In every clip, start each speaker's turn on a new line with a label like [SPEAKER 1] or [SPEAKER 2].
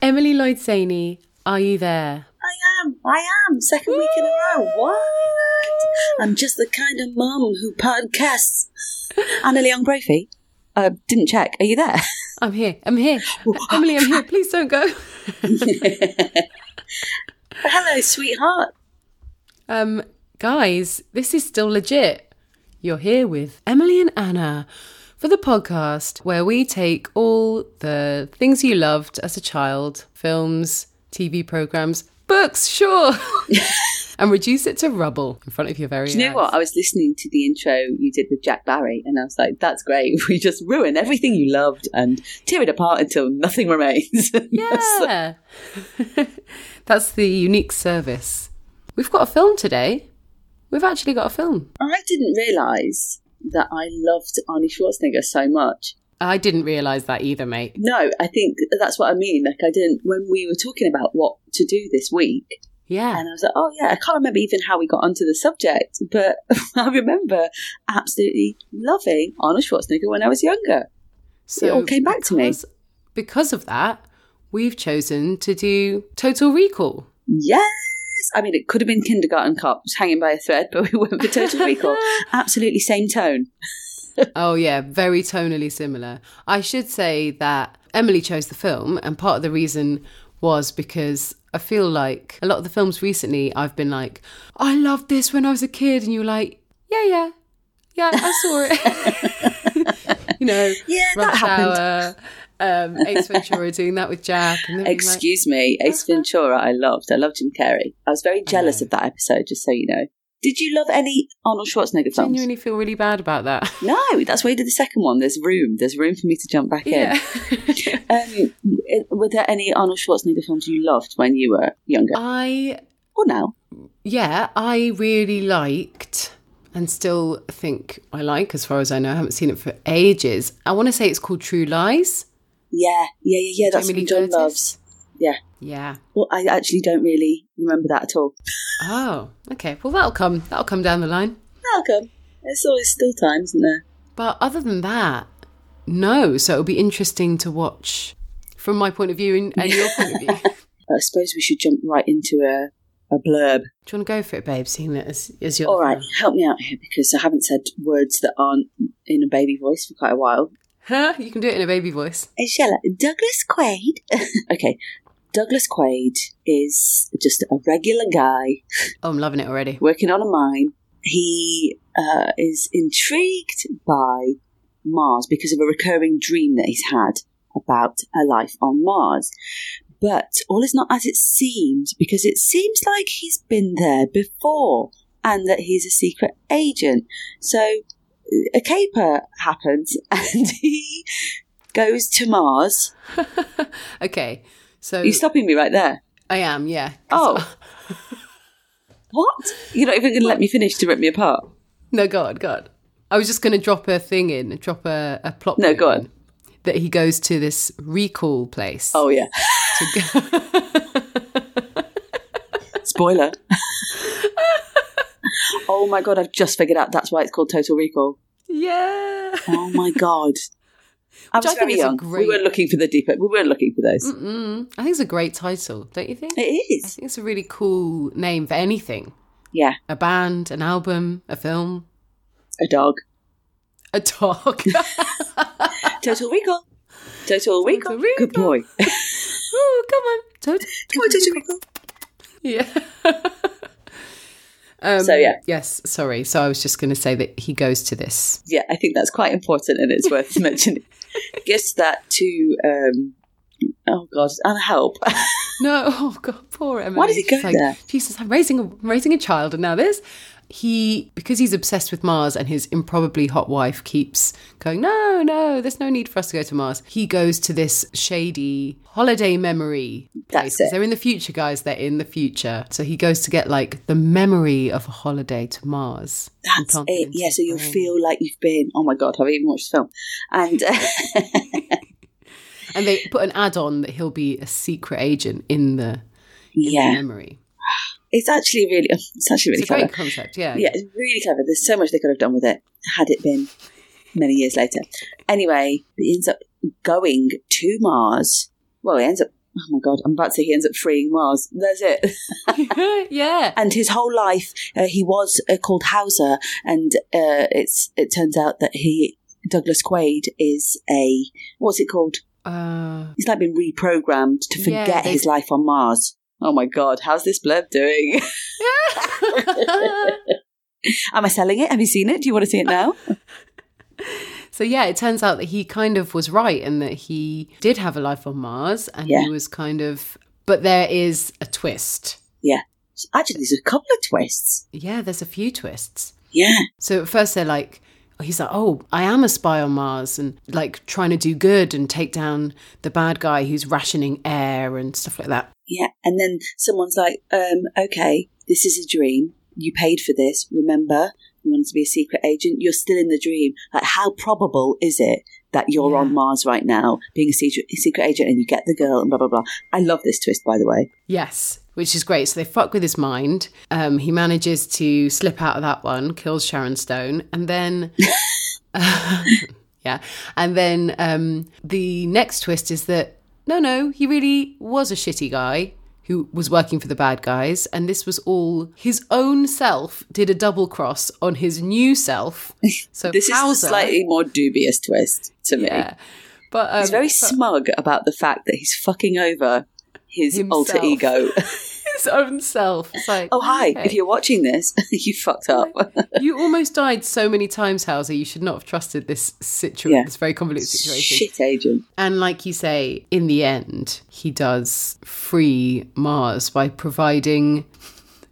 [SPEAKER 1] Emily Lloyd Saney, are you there?
[SPEAKER 2] I am. I am. Second week in a row. What? I'm just the kind of mum who podcasts. Anna Leon Brophy. Uh, didn't check. Are you there?
[SPEAKER 1] I'm here. I'm here. Emily, I'm here. Please don't go.
[SPEAKER 2] Hello, sweetheart.
[SPEAKER 1] Um, guys, this is still legit. You're here with Emily and Anna for the podcast where we take all the things you loved as a child films, TV programs, books, sure, and reduce it to rubble in front of your very
[SPEAKER 2] Do you know
[SPEAKER 1] eyes.
[SPEAKER 2] what? I was listening to the intro you did with Jack Barry, and I was like, that's great. We just ruin everything you loved and tear it apart until nothing remains. That's-
[SPEAKER 1] Yeah. That's the unique service. We've got a film today. We've actually got a film.
[SPEAKER 2] I didn't realise that I loved Arnie Schwarzenegger so much.
[SPEAKER 1] I didn't realise that either, mate.
[SPEAKER 2] No, I think that's what I mean. Like, I didn't, when we were talking about what to do this week,
[SPEAKER 1] Yeah.
[SPEAKER 2] And I was like, oh, yeah, I can't remember even how we got onto the subject, but I remember absolutely loving Arnold Schwarzenegger when I was younger.
[SPEAKER 1] So
[SPEAKER 2] all came back to me.
[SPEAKER 1] because- Because of that, we've chosen to do Total Recall.
[SPEAKER 2] Yes. I mean, it could have been Kindergarten Cop, just hanging by a thread, but we went for Total Recall. absolutely same tone.
[SPEAKER 1] oh yeah, very tonally similar. I should say that Emily chose the film, and part of the reason was because I feel like a lot of the films recently I've been like, I loved this when I was a kid, and you were like, yeah, yeah, yeah, I saw it. you know,
[SPEAKER 2] Yeah, that
[SPEAKER 1] Rush
[SPEAKER 2] happened.
[SPEAKER 1] Hour, um, Ace Ventura doing that with Jack, and then being like,
[SPEAKER 2] Excuse me, Ace Ventura, I loved. I loved Jim Carrey. uh-huh. I was very jealous
[SPEAKER 1] know.
[SPEAKER 2] of that episode, just so you know. Did you love any Arnold Schwarzenegger films?
[SPEAKER 1] genuinely feel really bad about that.
[SPEAKER 2] No, that's why you did the second one. There's room. There's room for me to jump back in.
[SPEAKER 1] yeah.
[SPEAKER 2] Um, were there any Arnold Schwarzenegger films you loved when you were younger
[SPEAKER 1] I
[SPEAKER 2] or now?
[SPEAKER 1] yeah, I really liked and still think I like, as far as I know. I haven't seen it for ages. I want to say it's called True Lies.
[SPEAKER 2] Yeah, yeah, yeah, yeah. That's
[SPEAKER 1] Jamie
[SPEAKER 2] what
[SPEAKER 1] Lee
[SPEAKER 2] John
[SPEAKER 1] Curtis?
[SPEAKER 2] loves. Yeah.
[SPEAKER 1] Yeah.
[SPEAKER 2] Well, I actually don't really remember that at all.
[SPEAKER 1] Oh, okay. Well, that'll come. That'll come down the line.
[SPEAKER 2] Welcome. It's always still time, isn't there?
[SPEAKER 1] But other than that, no. So it'll be interesting to watch from my point of view and, and your point of view.
[SPEAKER 2] But I suppose we should jump right into a, a blurb.
[SPEAKER 1] Do you want to go for it, babe? Seeing that as, as your
[SPEAKER 2] All right, help me out here because I haven't said words that aren't in a baby voice for quite a while.
[SPEAKER 1] Huh? You can do it in a baby voice.
[SPEAKER 2] Shella, Douglas Quaid. okay, Douglas Quaid is just a regular guy
[SPEAKER 1] Oh, I'm loving it already.
[SPEAKER 2] working on a mine. He uh, is intrigued by Mars because of a recurring dream that he's had about a life on Mars. But all is not as it seems because it seems like he's been there before and that he's a secret agent. So uh, a caper happens and he goes to Mars.
[SPEAKER 1] Okay. So
[SPEAKER 2] Are you stopping me right there?
[SPEAKER 1] I am. Yeah. 'Cause-
[SPEAKER 2] Oh. What? You're not even going to let me finish to rip me apart.
[SPEAKER 1] No, go on, go on. I was just going to drop a thing in, drop a, a plot.
[SPEAKER 2] No,
[SPEAKER 1] point
[SPEAKER 2] go on.
[SPEAKER 1] in, That he goes to this recall place.
[SPEAKER 2] Oh, yeah. Spoiler. oh my god, I've just figured out that's why it's called Total Recall.
[SPEAKER 1] yeah.
[SPEAKER 2] Oh my god. I
[SPEAKER 1] Which I
[SPEAKER 2] was
[SPEAKER 1] think
[SPEAKER 2] very
[SPEAKER 1] is a
[SPEAKER 2] young.
[SPEAKER 1] great-
[SPEAKER 2] We weren't looking for the deeper. We weren't looking for those.
[SPEAKER 1] Mm-mm. I think it's a great title, don't you think?
[SPEAKER 2] It
[SPEAKER 1] I
[SPEAKER 2] is.
[SPEAKER 1] think it's a really cool name for anything
[SPEAKER 2] Yeah,
[SPEAKER 1] a band, an album, a film,
[SPEAKER 2] a dog.
[SPEAKER 1] a dog.
[SPEAKER 2] Total Recall. Total Recall.
[SPEAKER 1] Total
[SPEAKER 2] Good boy.
[SPEAKER 1] oh, come on. Total,
[SPEAKER 2] Come on, Total Recall.
[SPEAKER 1] Yeah. um,
[SPEAKER 2] So, yeah.
[SPEAKER 1] Yes, sorry. So I was just going to say that he goes to this.
[SPEAKER 2] Yeah, I think that's quite important and it's worth mentioning. Gives that to um oh god, and help.
[SPEAKER 1] No, oh god, poor Emily.
[SPEAKER 2] does he
[SPEAKER 1] She's
[SPEAKER 2] go
[SPEAKER 1] like,
[SPEAKER 2] there?
[SPEAKER 1] Jesus, I'm raising a I'm raising a child, and now this. He because he's obsessed with Mars, and his improbably hot wife keeps going. No, no, there's no need for us to go to Mars. He goes to this shady holiday memory.
[SPEAKER 2] That's
[SPEAKER 1] place.
[SPEAKER 2] it.
[SPEAKER 1] They're in the future, guys. They're in the future. So he goes to get like the memory of a holiday to Mars. and
[SPEAKER 2] That's
[SPEAKER 1] plant
[SPEAKER 2] it.
[SPEAKER 1] into
[SPEAKER 2] Yeah,
[SPEAKER 1] his
[SPEAKER 2] so you'll
[SPEAKER 1] brain.
[SPEAKER 2] feel like you've been. Oh my god, I've even watched the film. And uh,
[SPEAKER 1] And they put an add on that he'll be a secret agent in the
[SPEAKER 2] yeah,
[SPEAKER 1] memory.
[SPEAKER 2] it's actually really, it's actually really
[SPEAKER 1] It's a
[SPEAKER 2] clever.
[SPEAKER 1] great concept. Yeah.
[SPEAKER 2] Yeah, it's really clever. There's so much they could have done with it had it been many years later. Anyway, he ends up going to Mars. Well, he ends up oh my God, I'm about to say he ends up freeing Mars. That's it.
[SPEAKER 1] yeah.
[SPEAKER 2] and his whole life, uh, he was uh, called Hauser, and uh, it's it turns out that he Douglas Quaid is a what's it called?
[SPEAKER 1] Uh,
[SPEAKER 2] He's like been reprogrammed to
[SPEAKER 1] Yeah,
[SPEAKER 2] forget
[SPEAKER 1] they-
[SPEAKER 2] his life on Mars. Oh my God, how's this blurb doing? Am I selling it? Have you seen it? Do you want to see it now?
[SPEAKER 1] so yeah, it turns out that he kind of was right and that he did have a life on Mars and
[SPEAKER 2] Yeah.
[SPEAKER 1] he was kind of but there is a twist.
[SPEAKER 2] Actually, there's a couple of twists.
[SPEAKER 1] Yeah, there's a few twists.
[SPEAKER 2] Yeah,
[SPEAKER 1] So at first they're like, he's like, oh, I am a spy on Mars and like trying to do good and take down the bad guy who's rationing air and stuff like that.
[SPEAKER 2] yeah. And then someone's like, um, okay, this is a dream. You paid for this. Remember, you wanted to be a secret agent. You're still in the dream. Like, how probable is it that you're
[SPEAKER 1] Yeah.
[SPEAKER 2] on Mars right now, being a secret, secret agent, and you get the girl and blah, blah, blah? I love this twist, by the way.
[SPEAKER 1] Yes, which is great. So they fuck with his mind. Um, he manages to slip out of that one, kills Sharon Stone, and then. yeah. And then um, the next twist is that no, no, he really was a shitty guy who was working for the bad guys. And this was all his own self did a double cross on his new self. So
[SPEAKER 2] This is a
[SPEAKER 1] Hauser-
[SPEAKER 2] slightly more dubious twist to me.
[SPEAKER 1] Yeah. But um,
[SPEAKER 2] He's very
[SPEAKER 1] but
[SPEAKER 2] smug about the fact that he's fucking over his alter
[SPEAKER 1] Himself.
[SPEAKER 2] ego.
[SPEAKER 1] his own self. It's like,
[SPEAKER 2] oh, hi.
[SPEAKER 1] okay.
[SPEAKER 2] If you're watching this, you fucked up.
[SPEAKER 1] you almost died so many times, Hauser. You should not have trusted this situation,
[SPEAKER 2] Yeah.
[SPEAKER 1] this very convoluted situation.
[SPEAKER 2] Shit agent.
[SPEAKER 1] And like you say, in the end, he does free Mars by providing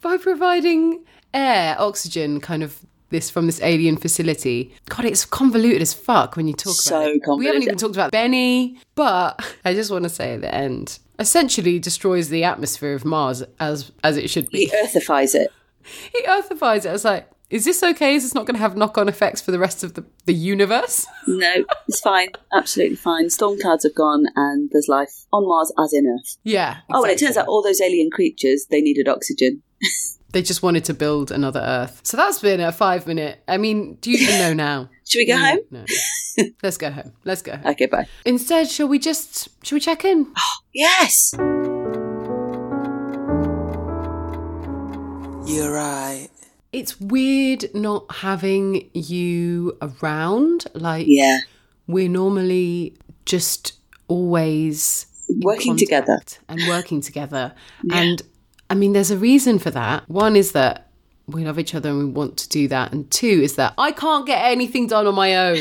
[SPEAKER 1] by providing air, oxygen, kind of this from this alien facility. God, it's convoluted as fuck when you talk
[SPEAKER 2] So
[SPEAKER 1] about it. We haven't
[SPEAKER 2] convoluted.
[SPEAKER 1] even talked about Benny, but I just want to say at the end, essentially destroys the atmosphere of Mars as as it should be
[SPEAKER 2] He earthifies it.
[SPEAKER 1] he earthifies it. I was like, is this okay? Is this not going to have knock on effects for the rest of the, the universe?
[SPEAKER 2] No, it's fine. Absolutely fine. Storm clouds have gone and there's life on Mars as in Earth.
[SPEAKER 1] yeah.
[SPEAKER 2] Oh, and it
[SPEAKER 1] exactly.
[SPEAKER 2] turns out all those alien creatures, they needed oxygen.
[SPEAKER 1] They just wanted to build another Earth. So that's been a five minute. I mean, do you even know now?
[SPEAKER 2] Should we go home?
[SPEAKER 1] No. Let's go home. Let's go home.
[SPEAKER 2] Okay, bye.
[SPEAKER 1] Instead, shall we just. Shall we check in?
[SPEAKER 2] Yes!
[SPEAKER 3] You're right.
[SPEAKER 1] It's weird not having you around. Like,
[SPEAKER 2] Yeah.
[SPEAKER 1] we're normally just always in
[SPEAKER 2] Working
[SPEAKER 1] contact
[SPEAKER 2] together.
[SPEAKER 1] and working together and i mean there's a reason for that one is that we love each other and we want to do that and two is that i can't get anything done on my own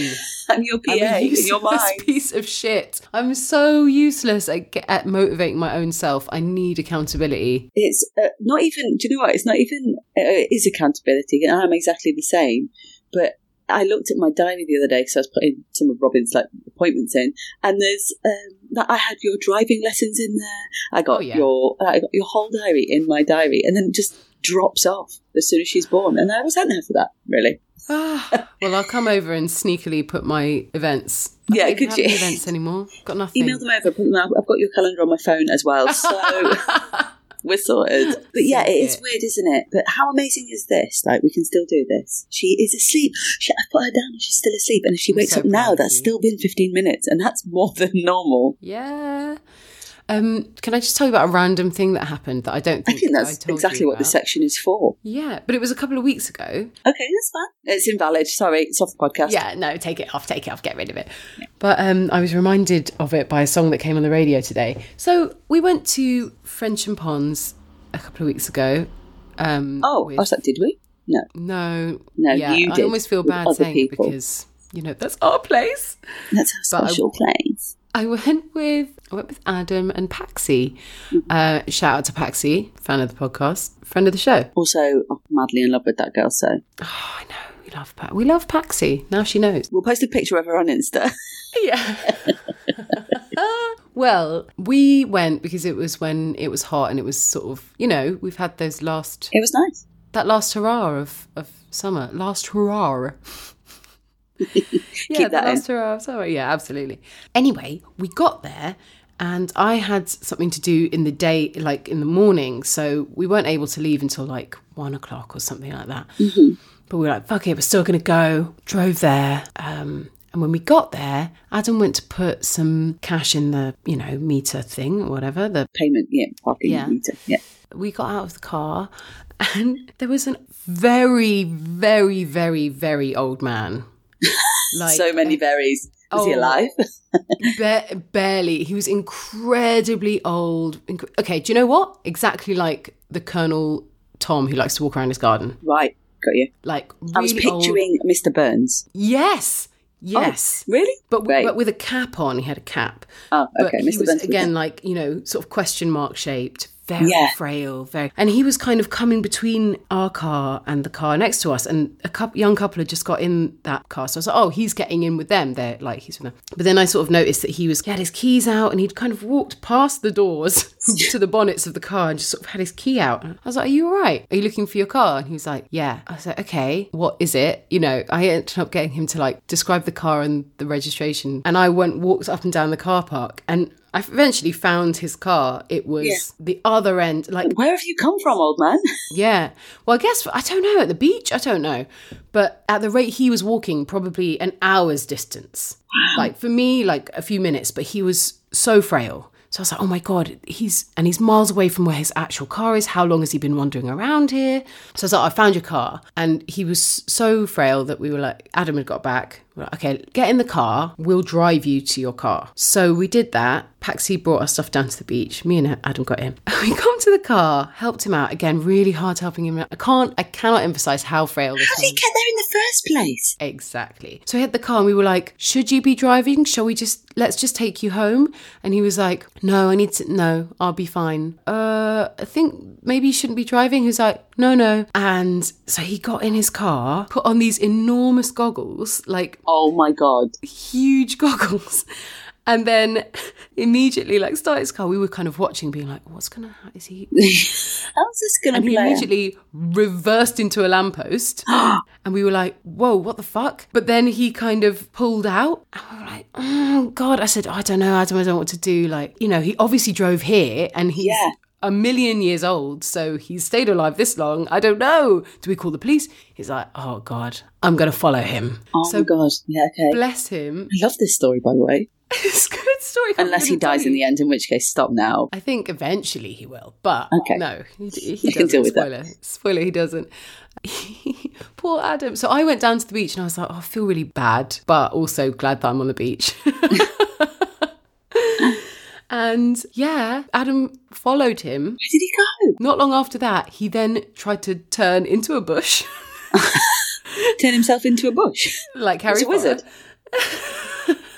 [SPEAKER 2] I'm your PA
[SPEAKER 1] i'm a
[SPEAKER 2] and
[SPEAKER 1] useless
[SPEAKER 2] you're mine.
[SPEAKER 1] piece of shit i'm so useless at, ge- at motivating my own self i need accountability
[SPEAKER 2] It's uh, not even, do you know what? It's not even, uh, it is accountability. And I'm exactly the same. But I looked at my diary the other day because I was putting some of Robin's like appointments in, and there's um, that I had your driving lessons in there. I got
[SPEAKER 1] Oh, yeah.
[SPEAKER 2] your uh, I got your whole diary in my diary, and then it just drops off as soon as she's born. And I resent her for that, really.
[SPEAKER 1] Ah, well i'll come over and sneakily put my events I
[SPEAKER 2] Yeah,
[SPEAKER 1] don't even
[SPEAKER 2] could
[SPEAKER 1] have
[SPEAKER 2] you-
[SPEAKER 1] any events anymore got nothing
[SPEAKER 2] Email them over, put them out. I've got your calendar on my phone as well, so we're sorted. But yeah, it is
[SPEAKER 1] Sick.
[SPEAKER 2] weird, isn't it? But how amazing is this? Like we can still do this. She is asleep. She, I put her down, and she's still asleep. And if she
[SPEAKER 1] I'm
[SPEAKER 2] wakes
[SPEAKER 1] so
[SPEAKER 2] up now,
[SPEAKER 1] proud of
[SPEAKER 2] that's
[SPEAKER 1] you.
[SPEAKER 2] still been fifteen minutes, and that's more than normal.
[SPEAKER 1] Yeah. Um, can I just tell you about a random thing that happened that I don't
[SPEAKER 2] I
[SPEAKER 1] think
[SPEAKER 2] think that's
[SPEAKER 1] told you
[SPEAKER 2] exactly what the
[SPEAKER 1] about?
[SPEAKER 2] section is for.
[SPEAKER 1] Yeah, but it was a couple of weeks ago.
[SPEAKER 2] Okay, that's fine. It's invalid. Sorry, it's off the podcast.
[SPEAKER 1] Yeah, no, take it off, take it off, get rid of it. But um, I was reminded of it by a song that came on the radio today. So we went to Frensham Ponds a couple of weeks ago. Um,
[SPEAKER 2] Oh,
[SPEAKER 1] with-
[SPEAKER 2] I was like, did we? No.
[SPEAKER 1] no,
[SPEAKER 2] No,
[SPEAKER 1] yeah,
[SPEAKER 2] you
[SPEAKER 1] I
[SPEAKER 2] did
[SPEAKER 1] almost feel
[SPEAKER 2] with
[SPEAKER 1] bad
[SPEAKER 2] other
[SPEAKER 1] saying it
[SPEAKER 2] people.
[SPEAKER 1] because you know that's our place.
[SPEAKER 2] That's our
[SPEAKER 1] But I-
[SPEAKER 2] special place.
[SPEAKER 1] I went with I went with Adam and Paxi. Uh, shout out to Paxi, fan of the podcast, friend of the show.
[SPEAKER 2] Also, I'm madly in love with that girl, so
[SPEAKER 1] Oh, I know. We love pa- we love Paxi. Now she knows.
[SPEAKER 2] we'll post a picture of her on Insta.
[SPEAKER 1] Yeah. well, we went because it was when it was hot and it was sort of you know we've had those last
[SPEAKER 2] It was nice.
[SPEAKER 1] that last hurrah of of summer last hurrah. yeah,
[SPEAKER 2] Keep
[SPEAKER 1] the
[SPEAKER 2] that in.
[SPEAKER 1] last hurrah of summer. Yeah, absolutely. Anyway, we got there. And I had something to do in the day, like in the morning. So we weren't able to leave until like one
[SPEAKER 2] Mm-hmm.
[SPEAKER 1] o'clock or something like that. But we were like, fuck it, we're still going to go. Drove there. Um, And when we got there, Adam went to put some cash in the, you know, meter thing or whatever. The
[SPEAKER 2] Payment, yeah, parking
[SPEAKER 1] Yeah.
[SPEAKER 2] meter, yeah.
[SPEAKER 1] we got out of the car and there was a very, very, very, very old man. Like
[SPEAKER 2] so many berries. Is he
[SPEAKER 1] Oh.
[SPEAKER 2] alive?
[SPEAKER 1] ba- barely. He was incredibly old. Inc- okay, do you know what? Exactly like the Colonel Tom who likes to walk around his garden.
[SPEAKER 2] right, got you.
[SPEAKER 1] Like really
[SPEAKER 2] I was
[SPEAKER 1] old.
[SPEAKER 2] picturing Mr. Burns.
[SPEAKER 1] Yes, yes.
[SPEAKER 2] Really?
[SPEAKER 1] But, w-
[SPEAKER 2] Great.
[SPEAKER 1] but with a cap on, he had a cap.
[SPEAKER 2] Oh,
[SPEAKER 1] But
[SPEAKER 2] okay.
[SPEAKER 1] he
[SPEAKER 2] Mr.
[SPEAKER 1] was
[SPEAKER 2] Burns.
[SPEAKER 1] again like you know sort of question mark shaped, very
[SPEAKER 2] Yeah.
[SPEAKER 1] frail, very. And he was kind of coming between our car and the car next to us, and a couple, young couple had just got in that car, so I was like, oh, he's getting in with them. They're like he's with them. But then I sort of noticed that he was he had his keys out, and he'd kind of walked past the doors to the bonnets of the car and just sort of had his key out. I was like, are you all right? Are you looking for your car? And he was like, yeah. I was like, okay, what is it? You know, I ended up getting him to like describe the car and the registration, and I went walked up and down the car park and. I eventually found his car. It was
[SPEAKER 2] Yeah.
[SPEAKER 1] the other end, like
[SPEAKER 2] Where have you come from, old man?
[SPEAKER 1] yeah. Well, I guess I don't know at the beach. I don't know, but at the rate he was walking, probably an hour's distance. Like for me, like a few minutes, but he was so frail. So I was like, oh my god, he's and he's miles away from where his actual car is. How long has he been wandering around here? So I was like, I found your car, and he was so frail that we were like, Adam had got back. We're like, okay, get in the car. We'll drive you to your car. So we did that. Paxi brought our stuff down to the beach. Me and Adam got in. We come to the car, helped him out again. Really hard helping him out. I can't. I cannot emphasize how frail this
[SPEAKER 2] How did
[SPEAKER 1] man
[SPEAKER 2] you get there in the first place?
[SPEAKER 1] Exactly. So he had the car and we were like, should you be driving? Shall we just, let's just take you home? And he was like, no, I need to, no, I'll be fine. Uh, I think maybe you shouldn't be driving. He was like, no, no. And so he got in his car, put on these enormous goggles, like
[SPEAKER 2] Oh my god.
[SPEAKER 1] huge goggles. And then immediately, like, started his car. We were kind of watching, being like, what's going to happen? Is he,
[SPEAKER 2] How's this gonna
[SPEAKER 1] and he
[SPEAKER 2] play? out?
[SPEAKER 1] immediately reversed into a lamppost. and we were like, whoa, what the fuck? But then he kind of pulled out. And we were like, oh, God. I said, I don't know, Adam, I don't know what to do. Like, you know, he obviously drove here and he's
[SPEAKER 2] Yeah.
[SPEAKER 1] a million years old. So he's stayed alive this long. I don't know. Do we call the police? He's like, oh, God, I'm going to follow him.
[SPEAKER 2] Oh my god. Yeah, okay.
[SPEAKER 1] Bless him.
[SPEAKER 2] I love this story, by the way.
[SPEAKER 1] it's a good story. can't
[SPEAKER 2] Unless he
[SPEAKER 1] even tell
[SPEAKER 2] dies in
[SPEAKER 1] you.
[SPEAKER 2] the end, in which case, stop now.
[SPEAKER 1] I think eventually he will, but
[SPEAKER 2] Okay.
[SPEAKER 1] no, he, he
[SPEAKER 2] You can
[SPEAKER 1] doesn't.
[SPEAKER 2] deal with that.
[SPEAKER 1] Spoiler, spoiler, he doesn't. Poor Adam. So I went down to the beach and I was like, oh, I feel really bad, but also glad that I'm on the beach. and yeah, Adam followed him.
[SPEAKER 2] Where did he go?
[SPEAKER 1] Not long after that, he then tried to turn into a bush,
[SPEAKER 2] Turn himself into a bush.
[SPEAKER 1] like Harry
[SPEAKER 2] He's a wizard.
[SPEAKER 1] Potter.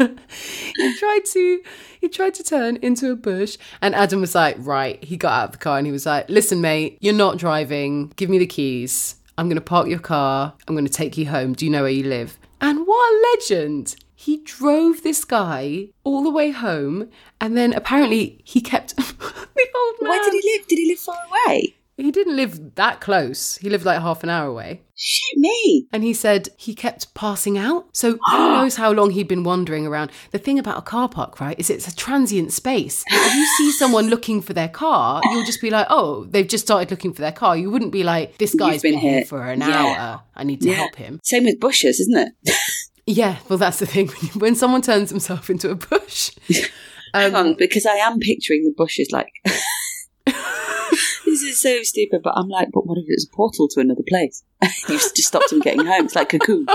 [SPEAKER 1] he tried to he tried to turn into a bush and adam was like right he got out of the car and he was like listen mate you're not driving give me the keys i'm going to park your car i'm going to take you home do you know where you live and what a legend he drove this guy all the way home and then apparently he kept the old man
[SPEAKER 2] Where did he live? Did he live far away?
[SPEAKER 1] he didn't live that close he lived like half an hour away
[SPEAKER 2] Shit me.
[SPEAKER 1] and he said he kept passing out. So who knows how long he'd been wandering around. The thing about a car park, right, is it's a transient space. If you see someone looking for their car, you'll just be like, oh, they've just started looking for their car. You wouldn't be like, this guy's
[SPEAKER 2] been
[SPEAKER 1] been, here
[SPEAKER 2] hit.
[SPEAKER 1] for an
[SPEAKER 2] Yeah.
[SPEAKER 1] hour. I need to help him.
[SPEAKER 2] Same with bushes, isn't it?
[SPEAKER 1] Yeah, well, that's the thing. when someone turns himself into a bush, um,
[SPEAKER 2] Hang on, because I am picturing the bushes like. this is so stupid, but I'm like, but what if it's a portal to another place? You've just stopped him getting home. It's like cocoon.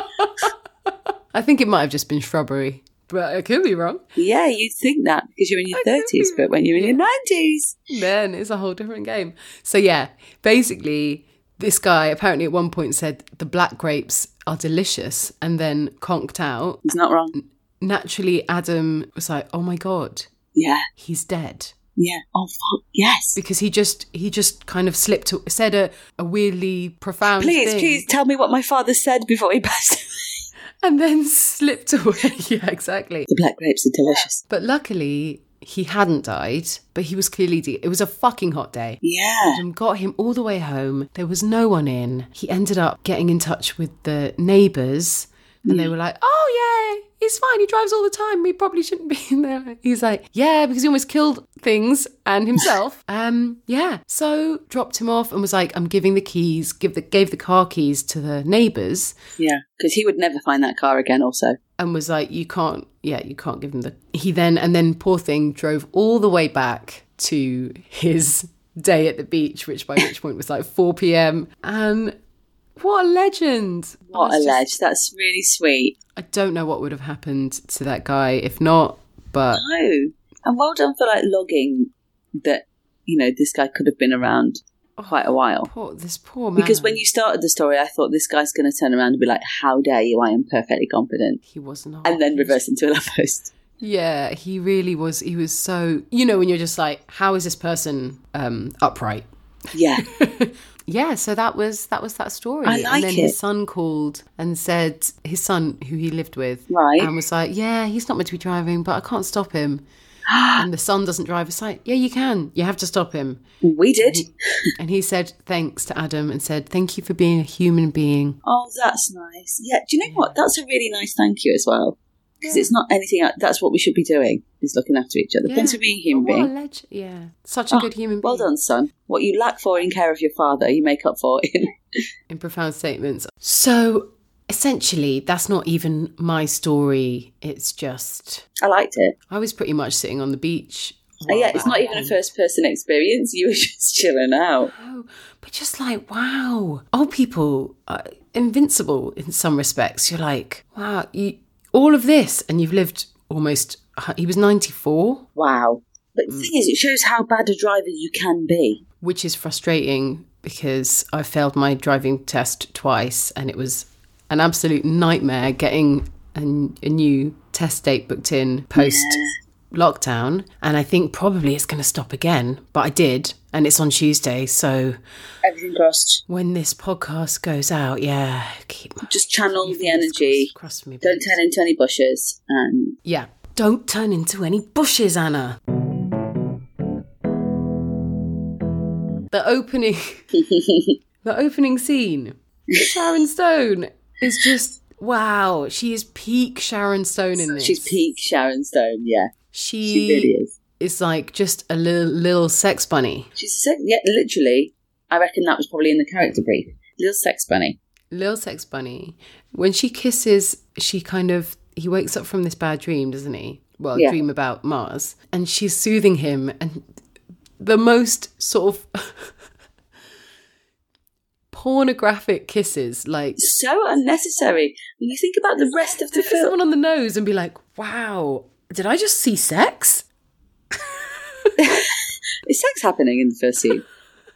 [SPEAKER 1] I think it might have just been shrubbery, but I could be wrong.
[SPEAKER 2] Yeah, you'd think that because you're in your 30s, but when you're in your 90s,
[SPEAKER 1] then it's a whole different game. So yeah, basically this guy apparently at one point said the black grapes are delicious and then conked out.
[SPEAKER 2] he's not wrong.
[SPEAKER 1] Naturally Adam was like, "Oh my god,
[SPEAKER 2] Yeah,
[SPEAKER 1] he's dead."
[SPEAKER 2] yeah. Oh, fuck. Yes.
[SPEAKER 1] Because he just he just kind of slipped said a, a weirdly profound
[SPEAKER 2] Please,
[SPEAKER 1] thing
[SPEAKER 2] please tell me what my father said before he passed.
[SPEAKER 1] and then slipped away. yeah, exactly.
[SPEAKER 2] the black grapes are delicious.
[SPEAKER 1] But luckily he hadn't died, but he was clearly de- it was a fucking hot day.
[SPEAKER 2] Yeah.
[SPEAKER 1] and got him all the way home. There was no one in. He ended up getting in touch with the neighbours And they were like, oh, yeah, he's fine. He drives all the time. We probably shouldn't be in there. He's like, yeah, because he almost killed things and himself. um, yeah. So dropped him off and was like, I'm giving the keys, give the, gave the car keys to the neighbours
[SPEAKER 2] Yeah, because he would never find that car again. Also,
[SPEAKER 1] and was like, you can't, yeah, you can't give him the, he then, and then poor thing drove all the way back to his day at the beach, which by which point was like 4 p.m. And what a legend. I
[SPEAKER 2] what
[SPEAKER 1] was
[SPEAKER 2] a
[SPEAKER 1] just-
[SPEAKER 2] ledge. That's really sweet.
[SPEAKER 1] I don't know what would have happened to that guy if not, but
[SPEAKER 2] No, and well done for like logging that. You know, this guy could have been around quite a while.
[SPEAKER 1] poor, this poor man.
[SPEAKER 2] Because when you started the story, I thought this guy's going to turn around and be like, "How dare you? I am perfectly confident,"
[SPEAKER 1] he was not,
[SPEAKER 2] and then reverse into a lamppost.
[SPEAKER 1] Yeah, he really was. He was so you know when you're just like, how is this person um, upright?
[SPEAKER 2] Yeah,
[SPEAKER 1] Yeah, so that was that was that story.
[SPEAKER 2] I like
[SPEAKER 1] and then
[SPEAKER 2] it.
[SPEAKER 1] his son called and said his son who he lived with
[SPEAKER 2] Right.
[SPEAKER 1] and was like, Yeah, he's not meant to be driving, but I can't stop him. and the son doesn't drive. It's like, yeah, you can. You have to stop him.
[SPEAKER 2] we did.
[SPEAKER 1] And he said thanks to Adam and said, Thank you for being a human being.
[SPEAKER 2] Oh, that's nice. Yeah. Do you know what? That's a really nice thank you as well. Because it's not anything. el- That's what we should be doing: is looking after each other. Thanks for being a human
[SPEAKER 1] But Oh, what
[SPEAKER 2] being.
[SPEAKER 1] a leg- yeah. Such a
[SPEAKER 2] Oh,
[SPEAKER 1] good human being.
[SPEAKER 2] Well done, son. What you lack for in care of your father, you make up for in.
[SPEAKER 1] In profound statements. So essentially, that's not even my story. It's just,
[SPEAKER 2] I liked it.
[SPEAKER 1] I was pretty much sitting on the beach.
[SPEAKER 2] And
[SPEAKER 1] while
[SPEAKER 2] yeah, it's
[SPEAKER 1] that
[SPEAKER 2] not even a
[SPEAKER 1] happened.
[SPEAKER 2] first person experience. You were just chilling out.
[SPEAKER 1] No, but just like, wow. Old people are invincible in some respects. You're like, wow, you, all of this, and you've lived almost, uh, he was 94.
[SPEAKER 2] Wow. But the thing is, it shows how bad a driver you can be.
[SPEAKER 1] which is frustrating because I failed my driving test twice and it was an absolute nightmare getting a, a new test date booked in post lockdown. And I think probably it's going to stop again, but I did. And it's on Tuesday. So
[SPEAKER 2] Everything crossed.
[SPEAKER 1] when this podcast goes out, yeah, keep my
[SPEAKER 2] Just channel the
[SPEAKER 1] fingers
[SPEAKER 2] energy.
[SPEAKER 1] crossed- crossed for me.
[SPEAKER 2] Don't
[SPEAKER 1] please.
[SPEAKER 2] turn into any bushes. And
[SPEAKER 1] Yeah. Don't turn into any bushes, Anna. The opening the opening scene. Sharon Stone is just wow, she is peak Sharon Stone in this.
[SPEAKER 2] she's peak Sharon Stone. Yeah,
[SPEAKER 1] She,
[SPEAKER 2] she really is.
[SPEAKER 1] is like just a little little sex bunny.
[SPEAKER 2] She's a sex. Yeah, literally. I reckon that was probably in the character brief. Little sex bunny.
[SPEAKER 1] Little sex bunny. When she kisses, she kind of he wakes up from this bad dream, doesn't he? Well,
[SPEAKER 2] Yeah.
[SPEAKER 1] dream about Mars, and she's soothing him, and the most sort of pornographic kisses, like
[SPEAKER 2] So unnecessary. When you think about the rest of the
[SPEAKER 1] look at
[SPEAKER 2] film,
[SPEAKER 1] someone on the nose and be like, "Wow, did I just see sex?"
[SPEAKER 2] is sex happening in the first scene?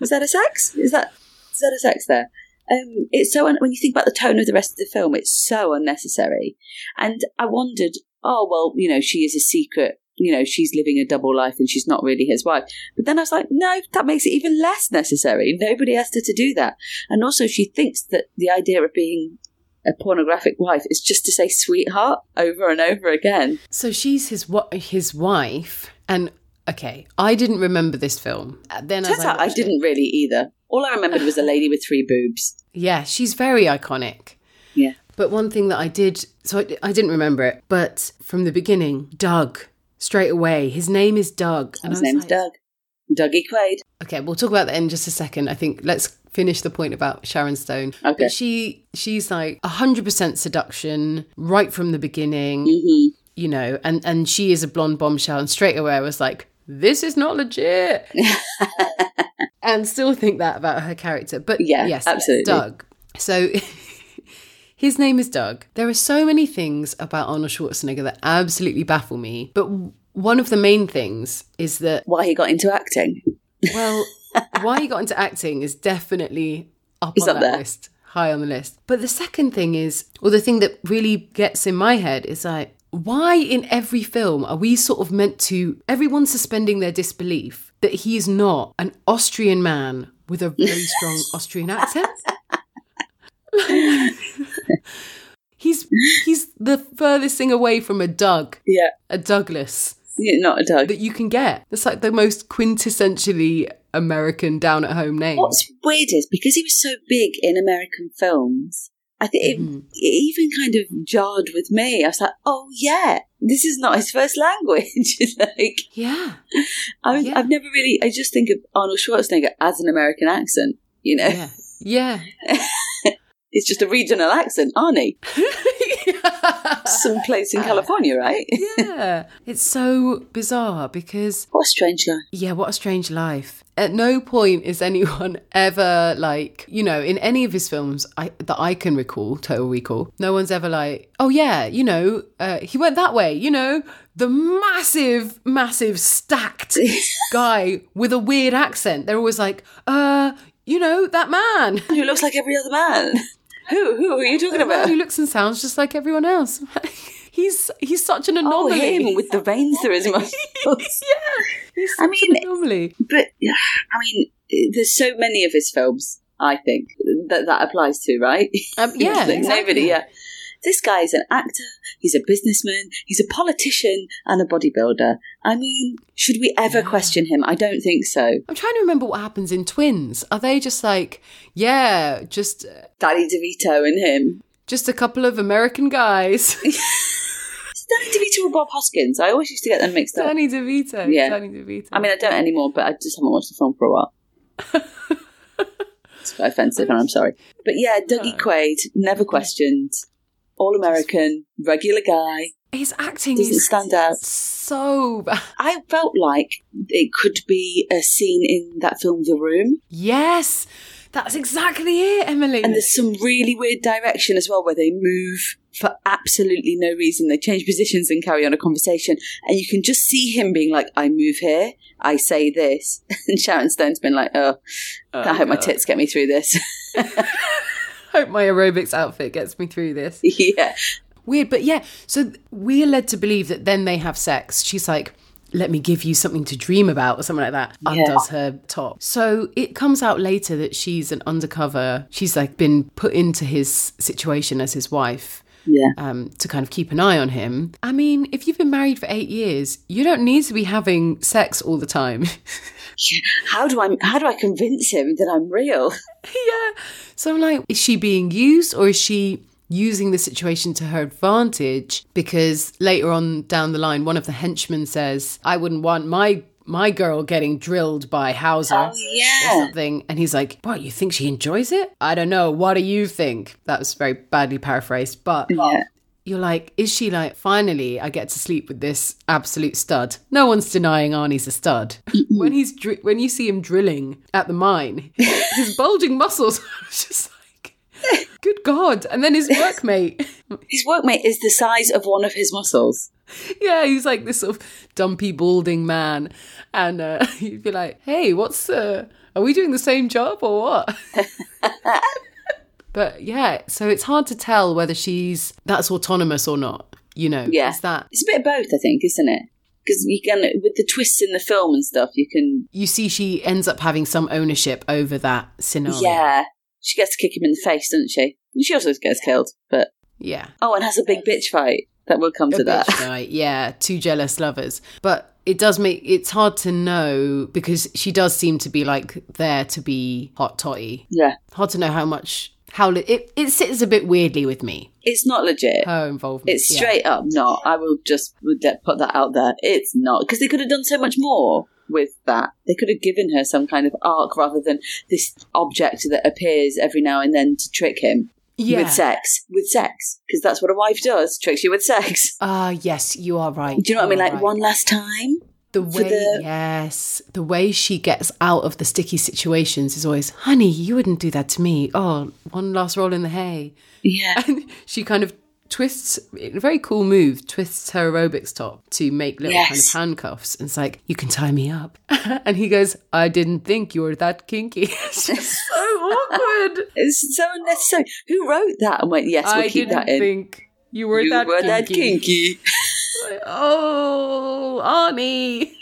[SPEAKER 2] Is that a sex? Is that is that a sex there? Um, it's so un- when you think about the tone of the rest of the film, it's so unnecessary. And I wondered, oh well, you know, she is a secret. You know, she's living a double life and she's not really his wife. But then I was like, no, that makes it even less necessary. Nobody asked her to do that. And also, she thinks that the idea of being a pornographic wife is just to say sweetheart over and over again.
[SPEAKER 1] So she's his wa- his wife, and okay, I didn't remember this film. Uh, Then as
[SPEAKER 2] Turns out I
[SPEAKER 1] watched it-
[SPEAKER 2] didn't really either. All I remembered was a lady with three boobs.
[SPEAKER 1] Yeah, she's very iconic.
[SPEAKER 2] Yeah.
[SPEAKER 1] But one thing that I did, so I, I didn't remember it, but from the beginning, Doug, straight away, his name is Doug. And
[SPEAKER 2] His
[SPEAKER 1] I was
[SPEAKER 2] name's
[SPEAKER 1] like,
[SPEAKER 2] Doug. Dougie Quaid.
[SPEAKER 1] Okay, we'll talk about that in just a second. I think let's finish the point about Sharon Stone.
[SPEAKER 2] Okay.
[SPEAKER 1] But she she's like 100% seduction right from the beginning,
[SPEAKER 2] hmm
[SPEAKER 1] you know, and and she is a blonde bombshell and straight away I was like this is not legit. and still think that about her character. But
[SPEAKER 2] Yeah,
[SPEAKER 1] yes,
[SPEAKER 2] absolutely.
[SPEAKER 1] Doug. So his name is Doug. There are so many things about Arnold Schwarzenegger that absolutely baffle me. But w- one of the main things is that,
[SPEAKER 2] Why he got into acting.
[SPEAKER 1] well, why he got into acting is definitely up
[SPEAKER 2] He's
[SPEAKER 1] on
[SPEAKER 2] up
[SPEAKER 1] that
[SPEAKER 2] there.
[SPEAKER 1] list, high on the list. But the second thing is, or the thing that really gets in my head is like, why in every film are we sort of meant to, everyone suspending their disbelief that he is not an Austrian man with a very strong Austrian accent? he's he's the furthest thing away from a Doug,
[SPEAKER 2] Yeah.
[SPEAKER 1] a Douglas
[SPEAKER 2] yeah not a Doug.
[SPEAKER 1] that you can get. It's like the most quintessentially American down at home name.
[SPEAKER 2] What's weird is because he was so big in American films, I think
[SPEAKER 1] Mm-hmm.
[SPEAKER 2] it, it even kind of jarred with me. I was like, oh yeah, this is not his first language. like,
[SPEAKER 1] Yeah.
[SPEAKER 2] I,
[SPEAKER 1] Yeah.
[SPEAKER 2] I've never really, I just think of Arnold Schwarzenegger as an American accent, you know?
[SPEAKER 1] Yeah. Yeah.
[SPEAKER 2] It's just a regional accent, Arnie. Someplace in California, right?
[SPEAKER 1] yeah. It's so bizarre because
[SPEAKER 2] What a strange guy.
[SPEAKER 1] Yeah, what a strange life. At no point is anyone ever like, you know, in any of his films I, that I can recall, Total Recall, no one's ever like, oh yeah, you know, uh, he went that way, you know, the massive, massive stacked guy with a weird accent. They're always like, uh, you know, that man.
[SPEAKER 2] Who looks like every other man. Who? Who are you talking
[SPEAKER 1] The man
[SPEAKER 2] about?
[SPEAKER 1] who looks and sounds just like everyone else. he's he's such an
[SPEAKER 2] Oh,
[SPEAKER 1] anomaly.
[SPEAKER 2] him with the veins through his muscles.
[SPEAKER 1] He's such
[SPEAKER 2] I
[SPEAKER 1] an
[SPEAKER 2] mean-
[SPEAKER 1] anomaly.
[SPEAKER 2] but yeah, I mean, there's so many of his films. I think that that applies to right.
[SPEAKER 1] Um, yeah,
[SPEAKER 2] Like,
[SPEAKER 1] exactly.
[SPEAKER 2] nobody. Yeah, this guy is an actor. He's a businessman. He's a politician and a bodybuilder. I mean, should we ever question him? I don't think so.
[SPEAKER 1] I'm trying to remember what happens in Twins. Are they just like, yeah, just
[SPEAKER 2] Danny DeVito and him.
[SPEAKER 1] just a couple of American guys?
[SPEAKER 2] Is Danny DeVito or Bob Hoskins? I always used to get them mixed up.
[SPEAKER 1] Danny DeVito.
[SPEAKER 2] Yeah.
[SPEAKER 1] Danny DeVito.
[SPEAKER 2] I mean, I don't anymore, but I just haven't watched the film for a while. it's quite offensive, and I'm sorry. But yeah, Dougie Quaid, never questioned, all American, regular guy,
[SPEAKER 1] his acting
[SPEAKER 2] doesn't
[SPEAKER 1] is
[SPEAKER 2] stand out.
[SPEAKER 1] so bad.
[SPEAKER 2] I felt like it could be a scene in that film, The Room,
[SPEAKER 1] Yes, that's exactly it, Emily.
[SPEAKER 2] and there's some really weird direction as well where they move for absolutely no reason. They change positions and carry on a conversation, and you can just see him being like, "I move here." I say this, and Sharon Stone's been like, "Oh, I hope my
[SPEAKER 1] God.
[SPEAKER 2] tits get me through this."
[SPEAKER 1] Hope my aerobics outfit gets me through this.
[SPEAKER 2] yeah,
[SPEAKER 1] Weird, but yeah. So we're led to believe that then they have sex. She's like, let me give you something to dream about, or something like that. Undoes her top. So it comes out later that she's an undercover. She's like been put into his situation as his wife.
[SPEAKER 2] yeah.
[SPEAKER 1] Um, to kind of keep an eye on him. I mean, if you've been married for eight years, you don't need to be having sex all the time.
[SPEAKER 2] How do I how do I convince him that I'm real?
[SPEAKER 1] yeah. So I'm like, is she being used or is she using the situation to her advantage? Because later on down the line, one of the henchmen says, I wouldn't want my my girl getting drilled by Hauser. Or
[SPEAKER 2] Oh, yeah.
[SPEAKER 1] something, and he's like, "What? You think she enjoys it? I don't know. What do you think?" That was very badly paraphrased, but
[SPEAKER 2] Yeah.
[SPEAKER 1] you're like, "Is she like? Finally, I get to sleep with this absolute stud. No one's denying Arnie's a stud. when he's dr- when you see him drilling at the mine, his bulging muscles are just like, good god!" And then his workmate,
[SPEAKER 2] His workmate is the size of one of his muscles.
[SPEAKER 1] yeah, he's like this sort of dumpy balding man, and uh, you'd be like, "Hey, what's uh, are we doing the same job or what?" but yeah, so it's hard to tell whether she's that's autonomous or not. You know,
[SPEAKER 2] Yeah.
[SPEAKER 1] is that
[SPEAKER 2] It's a bit of both, I think, isn't it? Because you can with the twists in the film and stuff, you can
[SPEAKER 1] you see she ends up having some ownership over that scenario.
[SPEAKER 2] yeah. She gets to kick him in the face, doesn't she? And she also gets killed, but
[SPEAKER 1] yeah.
[SPEAKER 2] oh, and has a big bitch fight. That will come to
[SPEAKER 1] A
[SPEAKER 2] that.
[SPEAKER 1] bitch night, Yeah, two jealous lovers. But it does make it's hard to know because she does seem to be like there to be hot toddy.
[SPEAKER 2] Yeah,
[SPEAKER 1] hard to know how much how li- it it sits a bit weirdly with me
[SPEAKER 2] it's not legit.
[SPEAKER 1] her involvement.
[SPEAKER 2] It's
[SPEAKER 1] yeah.
[SPEAKER 2] straight up not. I will just would de- put that out there. It's not because they could have done so much more with that. They could have given her some kind of arc rather than this object that appears every now and then to trick him
[SPEAKER 1] yeah.
[SPEAKER 2] with sex. With sex, because that's what a wife does: tricks you with sex.
[SPEAKER 1] Ah, yes, you are right.
[SPEAKER 2] Do you know what I mean?
[SPEAKER 1] are
[SPEAKER 2] Like
[SPEAKER 1] Oh, right.
[SPEAKER 2] one last time.
[SPEAKER 1] the
[SPEAKER 2] for
[SPEAKER 1] way,
[SPEAKER 2] the-
[SPEAKER 1] yes, the way she gets out of the sticky situations is always, honey, you wouldn't do that to me. Oh, one last roll in the hay,
[SPEAKER 2] Yeah,
[SPEAKER 1] and she kind of twists in a very cool move, twists her aerobics top to make little kind of
[SPEAKER 2] Yes.
[SPEAKER 1] handcuffs, and it's like, you can tie me up, and he goes, I didn't think you were that kinky. it's just so awkward.
[SPEAKER 2] it's so unnecessary. Who wrote that and went? Yes, we'll
[SPEAKER 1] I didn't
[SPEAKER 2] keep that in.
[SPEAKER 1] think you were,
[SPEAKER 2] you
[SPEAKER 1] that,
[SPEAKER 2] were
[SPEAKER 1] kinky.
[SPEAKER 2] that kinky,
[SPEAKER 1] Oh, Arnie.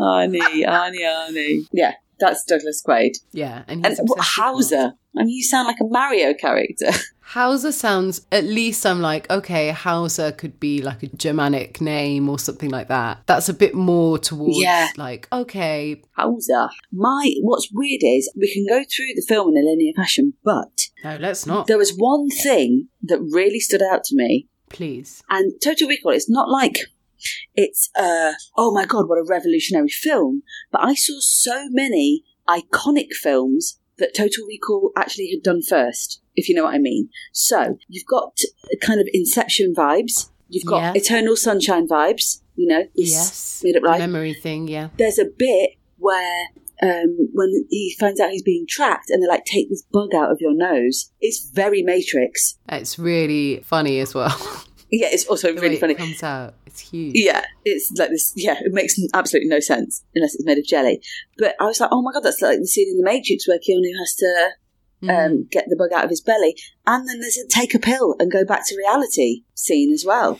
[SPEAKER 2] Arnie, Arnie, Arnie. Yeah, That's Douglas Quaid.
[SPEAKER 1] Yeah, and
[SPEAKER 2] And
[SPEAKER 1] he's obsessed with
[SPEAKER 2] what,
[SPEAKER 1] Mars.
[SPEAKER 2] Hauser. I mean, you sound like a Mario character.
[SPEAKER 1] Hauser sounds, at least I'm like, okay, Hauser could be like a Germanic name or something like that. That's a bit more towards
[SPEAKER 2] Yeah.
[SPEAKER 1] like, okay,
[SPEAKER 2] Hauser. My, what's weird is we can go through the film in a linear fashion, but
[SPEAKER 1] no, let's not.
[SPEAKER 2] there was one thing that really stood out to me
[SPEAKER 1] Please.
[SPEAKER 2] And Total Recall, it's not like it's uh oh my god, what a revolutionary film. But I saw so many iconic films that Total Recall actually had done first, if you know what I mean. So you've got kind of Inception vibes, you've got
[SPEAKER 1] Yeah.
[SPEAKER 2] Eternal Sunshine vibes, you know, this
[SPEAKER 1] Yes.
[SPEAKER 2] made up
[SPEAKER 1] The
[SPEAKER 2] life.
[SPEAKER 1] Memory thing, yeah.
[SPEAKER 2] There's a bit where um, when he finds out he's being tracked and they're like, take this bug out of your nose. It's very Matrix.
[SPEAKER 1] It's really funny as well.
[SPEAKER 2] Yeah, it's also
[SPEAKER 1] the
[SPEAKER 2] really
[SPEAKER 1] way
[SPEAKER 2] funny.
[SPEAKER 1] it comes out. It's huge.
[SPEAKER 2] Yeah, it's like this. Yeah, it makes absolutely no sense unless it's made of jelly. But I was like, oh my god, that's like the scene in The Matrix where Keanu has to
[SPEAKER 1] Mm.
[SPEAKER 2] um, get the bug out of his belly, and then there's a take a pill and go back to reality scene as well.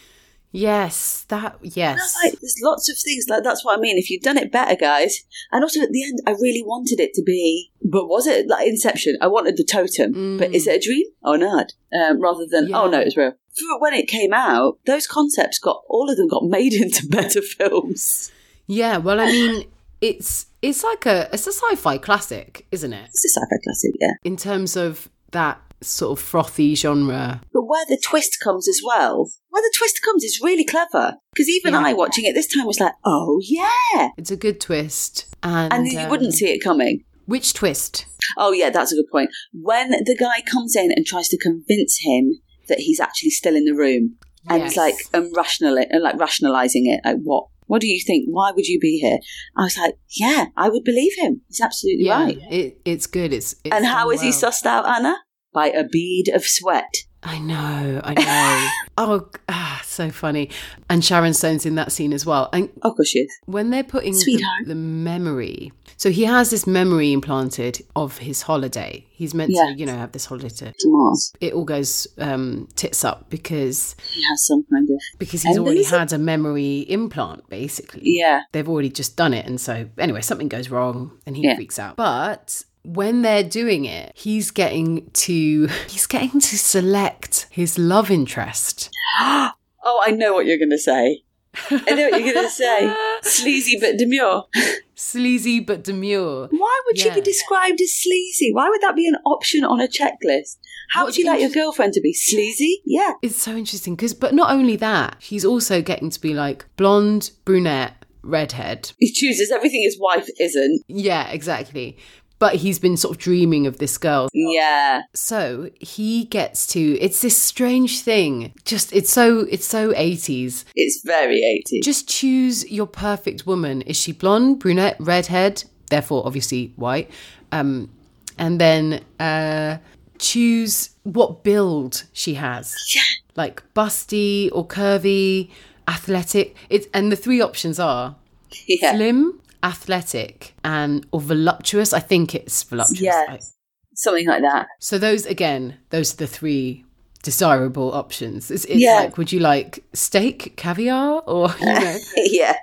[SPEAKER 1] yes, that,
[SPEAKER 2] And I was
[SPEAKER 1] yes.
[SPEAKER 2] like, there's lots of things like that's what I mean. If you'd done it better, guys. And also at the end, I really wanted it to be, but was it like Inception? I wanted the totem, but is it a dream or not? Um, rather than oh no,
[SPEAKER 1] Mm. Yeah.
[SPEAKER 2] it's real. For when it came out, those concepts got all of them got made into better films.
[SPEAKER 1] yeah, well, I mean, it's it's like a it's a sci-fi classic, isn't it?
[SPEAKER 2] It's a sci-fi classic, yeah.
[SPEAKER 1] In terms of that sort of frothy genre.
[SPEAKER 2] But where the twist comes as well, where the twist comes is really clever. Because even
[SPEAKER 1] Yeah.
[SPEAKER 2] I, watching it this time, was like, oh yeah,
[SPEAKER 1] It's a good twist. And,
[SPEAKER 2] and you
[SPEAKER 1] um,
[SPEAKER 2] wouldn't see it coming.
[SPEAKER 1] Which twist?
[SPEAKER 2] Oh yeah, that's a good point. When the guy comes in and tries to convince him that he's actually still in the room, and it's
[SPEAKER 1] Yes.
[SPEAKER 2] like um, rational, and like rationalizing it, like what? What do you think? Why would you be here? I was like, yeah, I would believe him. He's absolutely right.
[SPEAKER 1] It, it's good. It's, it's
[SPEAKER 2] and how
[SPEAKER 1] done
[SPEAKER 2] is he
[SPEAKER 1] well.
[SPEAKER 2] sussed out, Anna? By a bead of sweat.
[SPEAKER 1] I know, I know. oh, ah, so funny. And Sharon Stone's in that scene as well. And
[SPEAKER 2] Oh, course she is.
[SPEAKER 1] when they're putting the,
[SPEAKER 2] Sweetheart.
[SPEAKER 1] the memory, so he has this memory implanted of his holiday. He's meant
[SPEAKER 2] Yeah.
[SPEAKER 1] to, you know, have this holiday. To,
[SPEAKER 2] To Mars.
[SPEAKER 1] it all goes um, tits up because
[SPEAKER 2] He has some kind of
[SPEAKER 1] because he's
[SPEAKER 2] And
[SPEAKER 1] already
[SPEAKER 2] there's a-
[SPEAKER 1] had a memory implant, basically.
[SPEAKER 2] yeah.
[SPEAKER 1] they've already just done it. And so, anyway, something goes wrong and he
[SPEAKER 2] Yeah.
[SPEAKER 1] freaks out. But when they're doing it, he's getting to he's getting to select his love interest.
[SPEAKER 2] oh, I know what you're going to say. I know what you're going to say. Sleazy but demure.
[SPEAKER 1] Sleazy but demure.
[SPEAKER 2] Why would she
[SPEAKER 1] Yeah.
[SPEAKER 2] be described as sleazy? Why would that be an option on a checklist? How
[SPEAKER 1] What's
[SPEAKER 2] would you like your
[SPEAKER 1] interest-
[SPEAKER 2] girlfriend to be? Sleazy? Yeah.
[SPEAKER 1] It's so interesting because, but not only that, he's also getting to be like blonde, brunette, redhead.
[SPEAKER 2] He chooses everything his wife isn't.
[SPEAKER 1] Yeah, exactly. But he's been sort of dreaming of this girl.
[SPEAKER 2] Yeah.
[SPEAKER 1] So he gets to, it's this strange thing. Just, it's so, it's so 80s.
[SPEAKER 2] It's very 80s.
[SPEAKER 1] Just choose your perfect woman. Is she blonde, brunette, redhead? Therefore, obviously white. Um, and then uh, choose what build she has.
[SPEAKER 2] Yeah.
[SPEAKER 1] Like busty or curvy, athletic. It's and the three options are
[SPEAKER 2] Yeah.
[SPEAKER 1] slim, athletic, and or voluptuous. I think it's voluptuous.
[SPEAKER 2] Yeah.
[SPEAKER 1] I-
[SPEAKER 2] Something like that.
[SPEAKER 1] so those again, those are the three desirable options. It's, it's
[SPEAKER 2] Yeah.
[SPEAKER 1] like, would you like steak, caviar, or you know?
[SPEAKER 2] yeah.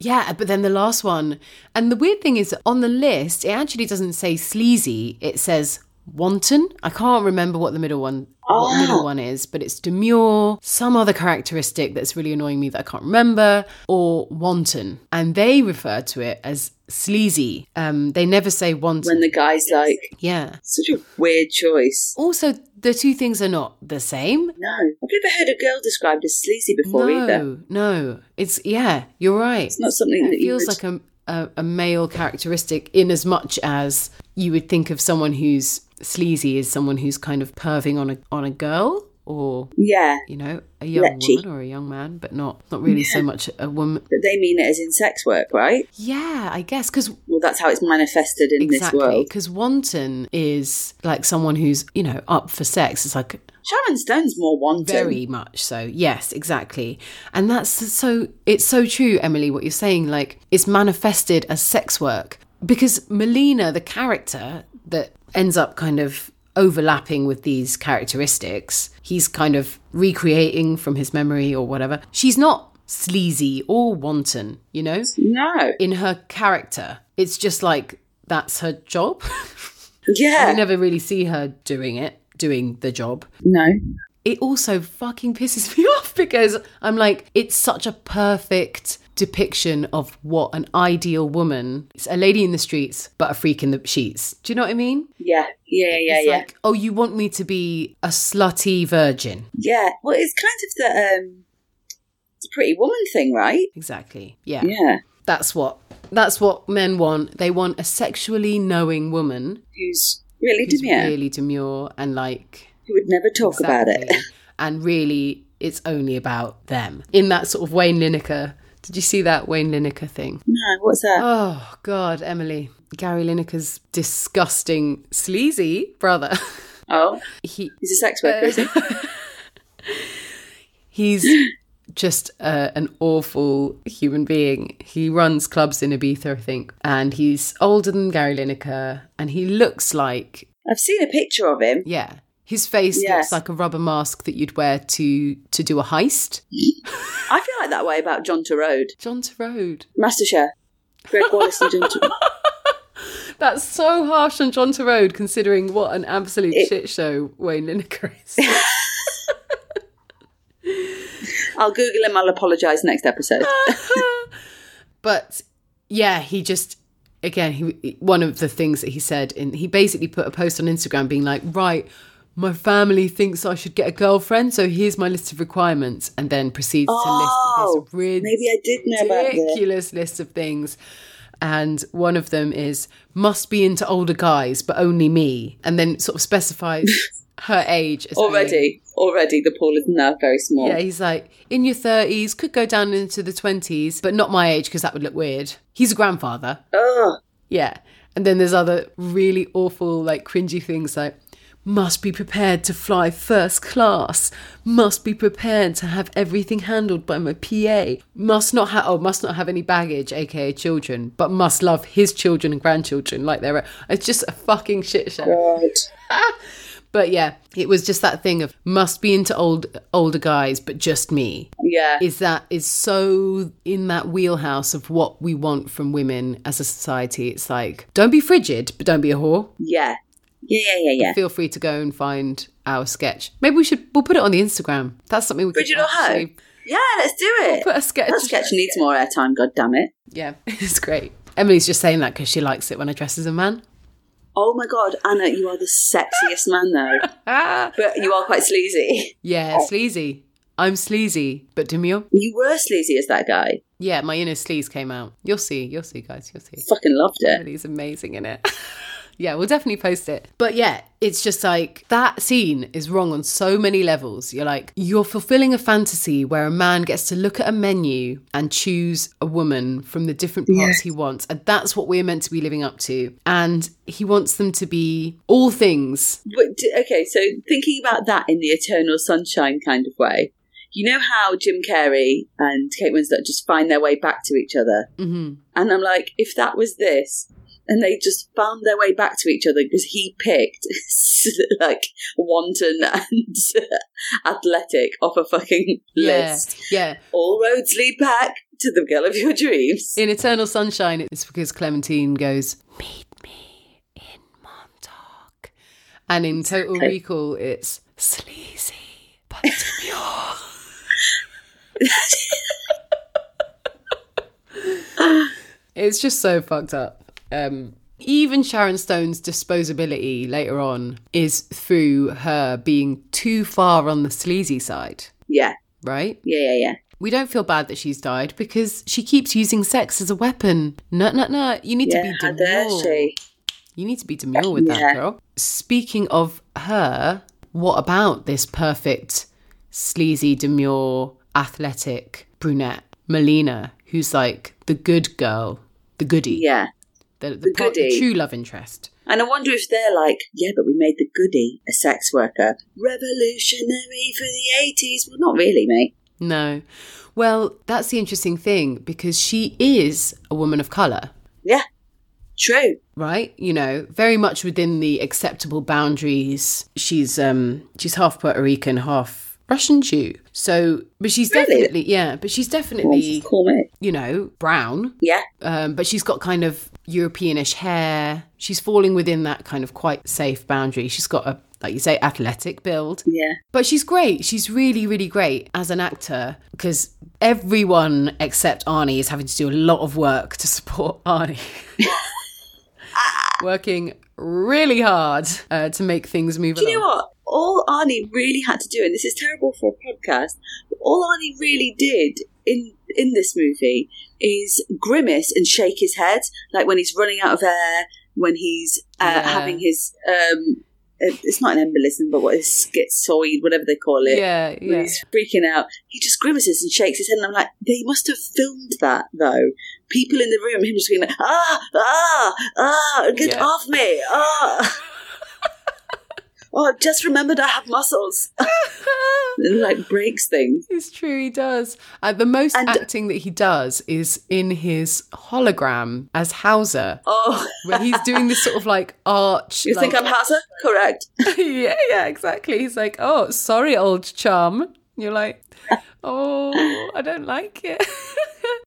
[SPEAKER 1] Yeah, but then the last one. And the weird thing is, on the list, it actually doesn't say sleazy, it says wanton. I can't remember what the middle one. What the
[SPEAKER 2] Oh.
[SPEAKER 1] middle one is, but it's demure, some other characteristic that's really annoying me that I can't remember, or wanton. And they refer to it as sleazy. Um, they never say wanton.
[SPEAKER 2] When the guy's like,
[SPEAKER 1] yeah.
[SPEAKER 2] such a weird choice.
[SPEAKER 1] Also, the two things are not the same.
[SPEAKER 2] No. I've never heard a girl described as sleazy before
[SPEAKER 1] no,
[SPEAKER 2] either.
[SPEAKER 1] no. It's, yeah, you're right.
[SPEAKER 2] It's not something that
[SPEAKER 1] it
[SPEAKER 2] you
[SPEAKER 1] feels
[SPEAKER 2] would...
[SPEAKER 1] like a, a, a male characteristic in as much as you would think of someone who's sleazy as someone who's kind of perving on a on a girl or
[SPEAKER 2] yeah.
[SPEAKER 1] you know a young
[SPEAKER 2] Letchy.
[SPEAKER 1] woman or a young man but not not really so much a woman
[SPEAKER 2] But they mean it as in sex work, right?
[SPEAKER 1] yeah i guess because
[SPEAKER 2] Well, that's how it's manifested in this
[SPEAKER 1] exactly
[SPEAKER 2] world.
[SPEAKER 1] because wanton is like someone who's you know up for sex it's like
[SPEAKER 2] Sharon Stone's more wanted.
[SPEAKER 1] very much so yes exactly and that's so it's so true emily what you're saying like it's manifested as sex work because melina the character that ends up kind of overlapping with these characteristics he's kind of recreating from his memory or whatever she's not sleazy or wanton you know
[SPEAKER 2] No.
[SPEAKER 1] in her character it's just like that's her job.
[SPEAKER 2] Yeah.
[SPEAKER 1] you never really see her doing it, doing the job.
[SPEAKER 2] No.
[SPEAKER 1] It also fucking pisses me off because I'm like, it's such a perfect depiction of what an ideal woman is a lady in the streets, but a freak in the sheets. Do you know what I mean?
[SPEAKER 2] Yeah. Yeah. Yeah.
[SPEAKER 1] It's
[SPEAKER 2] yeah.
[SPEAKER 1] like, oh, you want me to be a slutty virgin.
[SPEAKER 2] yeah. Well, it's kind of the um, it's a pretty woman thing, right?
[SPEAKER 1] Exactly. Yeah.
[SPEAKER 2] Yeah.
[SPEAKER 1] That's what that's what men want. They want a sexually knowing woman
[SPEAKER 2] Who's really
[SPEAKER 1] who's
[SPEAKER 2] demure?
[SPEAKER 1] really demure and like
[SPEAKER 2] Who would never talk about it?
[SPEAKER 1] Exactly. and really, it's only about them in that sort of Wayne Lineker. Did you see that Wayne Lineker thing?
[SPEAKER 2] No. What's that?
[SPEAKER 1] Oh God, Emily, Gary Lineker's disgusting, sleazy brother.
[SPEAKER 2] Oh,
[SPEAKER 1] he
[SPEAKER 2] he's a sex worker, is he?
[SPEAKER 1] he's just uh, an awful human being. He runs clubs in Ibiza, I think, and he's older than Gary Lineker, and he looks like
[SPEAKER 2] I've seen a picture of him.
[SPEAKER 1] yeah. His face
[SPEAKER 2] Yeah.
[SPEAKER 1] looks like a rubber mask that you'd wear to to do a heist.
[SPEAKER 2] I feel like that way about John Turode,
[SPEAKER 1] John Turode.
[SPEAKER 2] MasterChef, Greg Wallace, and John Turode.
[SPEAKER 1] That's so harsh on John Turode, considering what an absolute
[SPEAKER 2] It-
[SPEAKER 1] shit show Wayne Lineker is.
[SPEAKER 2] I'll Google him. I'll apologise next episode.
[SPEAKER 1] but yeah, he just again he one of the things that he said, and he basically put a post on Instagram being like, right. My family thinks I should get a girlfriend, so here's my list of requirements, and then proceeds to
[SPEAKER 2] Oh,
[SPEAKER 1] list this rid-
[SPEAKER 2] Maybe I did know about this.
[SPEAKER 1] ridiculous list of things. And one of them is must be into older guys, but only me. And then sort of specifies her age. as being-
[SPEAKER 2] Already, already, the pool is now very small.
[SPEAKER 1] Yeah, he's like, in your 30s, could go down into the 20s, but not my age because that would look weird. He's a grandfather.
[SPEAKER 2] Oh,
[SPEAKER 1] Yeah. And then there's other really awful, like cringy things like, must be prepared to fly first class. Must be prepared to have everything handled by my PA. Must not have, oh, must not have any baggage, aka children, but must love his children and grandchildren like they're. It's just a fucking shit show.
[SPEAKER 2] God.
[SPEAKER 1] But yeah, it was just that thing of must be into old older guys, but just me
[SPEAKER 2] Yeah.
[SPEAKER 1] is that is so in that wheelhouse of what we want from women as a society. It's like, don't be frigid, but don't be a whore.
[SPEAKER 2] Yeah. Yeah, yeah, yeah, yeah.
[SPEAKER 1] Feel free to go and find our sketch. Maybe we should we'll put it on the Instagram. That's something we could
[SPEAKER 2] Bridget or Ho?
[SPEAKER 1] actually
[SPEAKER 2] Yeah, let's do it.
[SPEAKER 1] put a sketch.
[SPEAKER 2] That sketch needs more airtime, god damn it.
[SPEAKER 1] Yeah, it's great. Emily's just saying that because she likes it when I dress as a man.
[SPEAKER 2] Oh my god, Anna, you are the sexiest man though.
[SPEAKER 1] Ah,
[SPEAKER 2] But you are quite sleazy.
[SPEAKER 1] yeah, sleazy. I'm sleazy, but demure.
[SPEAKER 2] You were sleazy as that guy.
[SPEAKER 1] Yeah, my inner sleaze came out. You'll see, you'll see, guys, you'll see.
[SPEAKER 2] Fucking loved it.
[SPEAKER 1] Emily's amazing in it. yeah, we'll definitely post it. But yeah, it's just like that scene is wrong on so many levels. You're like, you're fulfilling a fantasy where a man gets to look at a menu and choose a woman from the different parts he wants. And that's what we're meant to be living up to. And he wants them to be all things.
[SPEAKER 2] But d- okay, so thinking about that in the eternal sunshine kind of way. You know how Jim Carrey and Kate Winslet just find their way back to each other?
[SPEAKER 1] hmm
[SPEAKER 2] And I'm like, if that was this, and they just found their way back to each other because he picked like wanton and athletic off a fucking
[SPEAKER 1] Yeah.
[SPEAKER 2] list.
[SPEAKER 1] Yeah.
[SPEAKER 2] All roads lead back to the girl of your dreams.
[SPEAKER 1] In Eternal Sunshine, it's because Clementine goes, Meet me in Montauk. And in Total
[SPEAKER 2] Exactly.
[SPEAKER 1] Recall, it's sleazy, but demure. it's just so fucked up. Um, even Sharon Stone's disposability later on is through her being too far on the sleazy side,
[SPEAKER 2] Yeah,
[SPEAKER 1] right?
[SPEAKER 2] yeah, yeah, yeah.
[SPEAKER 1] We don't feel bad that she's died because she keeps using sex as a weapon. No, no, no. You need
[SPEAKER 2] Yeah,
[SPEAKER 1] to
[SPEAKER 2] how
[SPEAKER 1] be
[SPEAKER 2] dare
[SPEAKER 1] demure.
[SPEAKER 2] she?
[SPEAKER 1] You need to be demure with
[SPEAKER 2] Yeah.
[SPEAKER 1] that girl. Speaking of her, what about this perfect, sleazy, demure, athletic brunette, Melina, who's like the good girl, the goody,
[SPEAKER 2] Yeah.
[SPEAKER 1] the, the, pro- the
[SPEAKER 2] goody.
[SPEAKER 1] true love interest?
[SPEAKER 2] And I wonder if they're like, yeah, but we made the goody a sex worker. Revolutionary for the 80s. Well, not really, mate.
[SPEAKER 1] No. Well, that's the interesting thing because she is a woman of color.
[SPEAKER 2] Yeah, true.
[SPEAKER 1] right you know very much within the acceptable boundaries she's um she's half puerto rican half russian jew so but she's
[SPEAKER 2] Really?
[SPEAKER 1] definitely yeah but she's
[SPEAKER 2] Well,
[SPEAKER 1] definitely
[SPEAKER 2] call me.
[SPEAKER 1] you know brown
[SPEAKER 2] Yeah,
[SPEAKER 1] um but she's got kind of Europeanish hair. She's falling within that kind of quite safe boundary. She's got a like you say athletic build.
[SPEAKER 2] Yeah.
[SPEAKER 1] But she's great. She's really really great as an actor because everyone except Arnie is having to do a lot of work to support Arnie. Working really hard uh, to make things move
[SPEAKER 2] Do you
[SPEAKER 1] along.
[SPEAKER 2] know what? All Arnie really had to do, and this is terrible for a podcast, but all Arnie really did in in this movie is grimace and shake his head, like when he's running out of air, when he's uh,
[SPEAKER 1] Yeah.
[SPEAKER 2] having his um, uh, it's not an embolism, but what is schizoid, whatever they call it.
[SPEAKER 1] Yeah,
[SPEAKER 2] When
[SPEAKER 1] yeah.
[SPEAKER 2] he's freaking out, he just grimaces and shakes his head, and I'm like, they must have filmed that though. People in the room, him just being like, ah, ah, ah, get
[SPEAKER 1] Yeah.
[SPEAKER 2] off me, ah. oh, I've just remembered I have muscles. and like breaks things.
[SPEAKER 1] It's true, he does. Uh, the most
[SPEAKER 2] And-
[SPEAKER 1] acting that he does is in his hologram as Hauser,
[SPEAKER 2] Oh,
[SPEAKER 1] where he's doing this sort of like arch.
[SPEAKER 2] you think
[SPEAKER 1] like-
[SPEAKER 2] I'm Hazza? Correct.
[SPEAKER 1] yeah, yeah, exactly. He's like, oh, sorry, old chum. You're like, oh, I don't like it.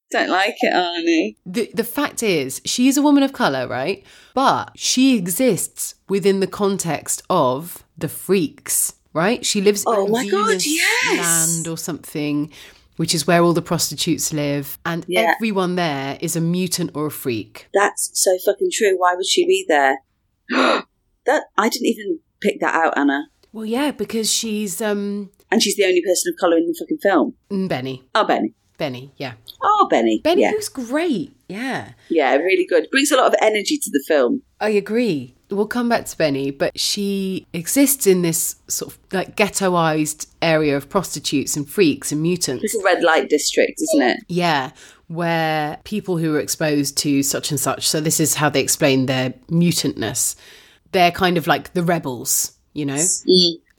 [SPEAKER 2] Don't like it, Arnie.
[SPEAKER 1] the, the fact is, she is a woman of color, right? But she exists within the context of the freaks, right? She lives
[SPEAKER 2] Oh
[SPEAKER 1] in
[SPEAKER 2] my God,
[SPEAKER 1] Venus
[SPEAKER 2] yes!
[SPEAKER 1] land or something, which is where all the prostitutes live, and
[SPEAKER 2] Yeah.
[SPEAKER 1] everyone there is a mutant or a freak.
[SPEAKER 2] That's so fucking true. Why would she be there? that I didn't even pick that out, Anna.
[SPEAKER 1] Well, yeah, because she's um
[SPEAKER 2] And she's the only person of colour in the fucking film.
[SPEAKER 1] Mm, Benny.
[SPEAKER 2] Oh, Benny.
[SPEAKER 1] Benny, yeah.
[SPEAKER 2] Oh, Benny.
[SPEAKER 1] Benny
[SPEAKER 2] Yeah.
[SPEAKER 1] looks great. Yeah.
[SPEAKER 2] Yeah, really good. Brings a lot of energy to the film.
[SPEAKER 1] I agree. We'll come back to Benny, but she exists in this sort of like ghettoized area of prostitutes and freaks and mutants.
[SPEAKER 2] It's a red light district, isn't it?
[SPEAKER 1] Yeah, where people who are exposed to such and such, so this is how they explain their mutantness, they're kind of like the rebels, you know?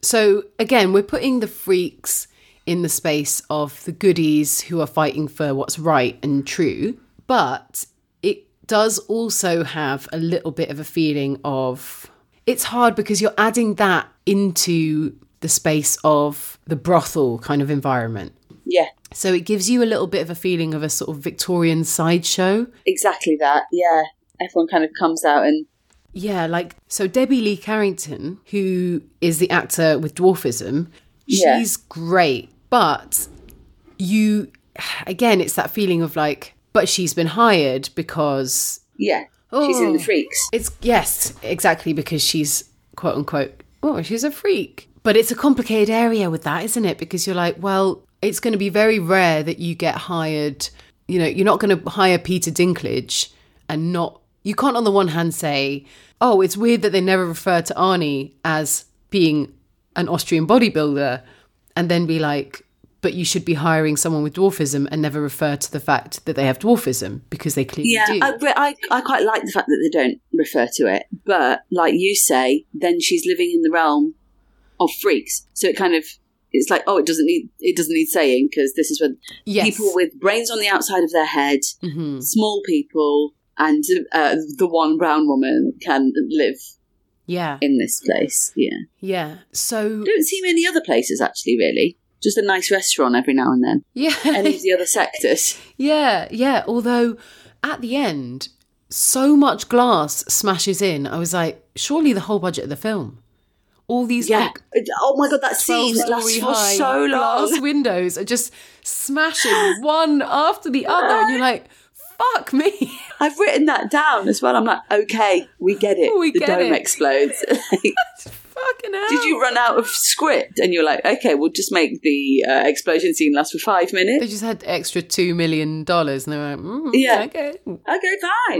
[SPEAKER 1] So again, we're putting the freaks in the space of the goodies who are fighting for what's right and true, but it does also have a little bit of a feeling of it's hard because you're adding that into the space of the brothel kind of environment.
[SPEAKER 2] Yeah,
[SPEAKER 1] So it gives you a little bit of a feeling of a sort of Victorian sideshow.
[SPEAKER 2] exactly that. Yeah. Everyone kind of comes out and
[SPEAKER 1] Yeah, like so Debbie Lee Carrington, who is the actor with dwarfism, she's
[SPEAKER 2] Yeah.
[SPEAKER 1] great. But you again, it's that feeling of like, but she's been hired because
[SPEAKER 2] yeah, she's in the
[SPEAKER 1] Oh.
[SPEAKER 2] freaks.
[SPEAKER 1] it's yes, exactly because she's quote unquote oh, she's a freak. But it's a complicated area with that, isn't it? Because you're like, well, it's going to be very rare that you get hired. You know, you're not going to hire Peter Dinklage and not. You can't, on the one hand, say, oh, it's weird that they never refer to Arnie as being an Austrian bodybuilder, and then be like, but you should be hiring someone with dwarfism and never refer to the fact that they have dwarfism because they clearly
[SPEAKER 2] Yeah,
[SPEAKER 1] do.
[SPEAKER 2] I, but I, I quite like the fact that they don't refer to it. But like you say, then she's living in the realm of freaks. So it kind of it's like oh, it doesn't need it doesn't need saying because this is when
[SPEAKER 1] yes.
[SPEAKER 2] people with brains on the outside of their head,
[SPEAKER 1] Mhm.
[SPEAKER 2] small people, and uh, the one brown woman can live
[SPEAKER 1] Yeah.
[SPEAKER 2] in this place. Yeah,
[SPEAKER 1] Yeah. So
[SPEAKER 2] don't see many other places actually. Really, just a nice restaurant every now and then. Any
[SPEAKER 1] yeah,
[SPEAKER 2] of the other sectors.
[SPEAKER 1] yeah, yeah. Although at the end, so much glass smashes in. I was like, surely the whole budget of the film, all these
[SPEAKER 2] Yeah.
[SPEAKER 1] like
[SPEAKER 2] Oh my god, that scene
[SPEAKER 1] twelve
[SPEAKER 2] that
[SPEAKER 1] story
[SPEAKER 2] lasts for
[SPEAKER 1] high
[SPEAKER 2] so long.
[SPEAKER 1] glass windows are just smashing one after the other, and you're like, fuck me.
[SPEAKER 2] I've written that down as well. I'm like, okay, we get it.
[SPEAKER 1] We
[SPEAKER 2] the
[SPEAKER 1] get
[SPEAKER 2] dome
[SPEAKER 1] it.
[SPEAKER 2] explodes. Like,
[SPEAKER 1] Fucking hell.
[SPEAKER 2] did you run out of script? And you're like, okay, we'll just make the uh, explosion scene last for five
[SPEAKER 1] They
[SPEAKER 2] minutes.
[SPEAKER 1] just had extra two million dollars, and they were like, mm,
[SPEAKER 2] Yeah.
[SPEAKER 1] okay,
[SPEAKER 2] Okay, fine.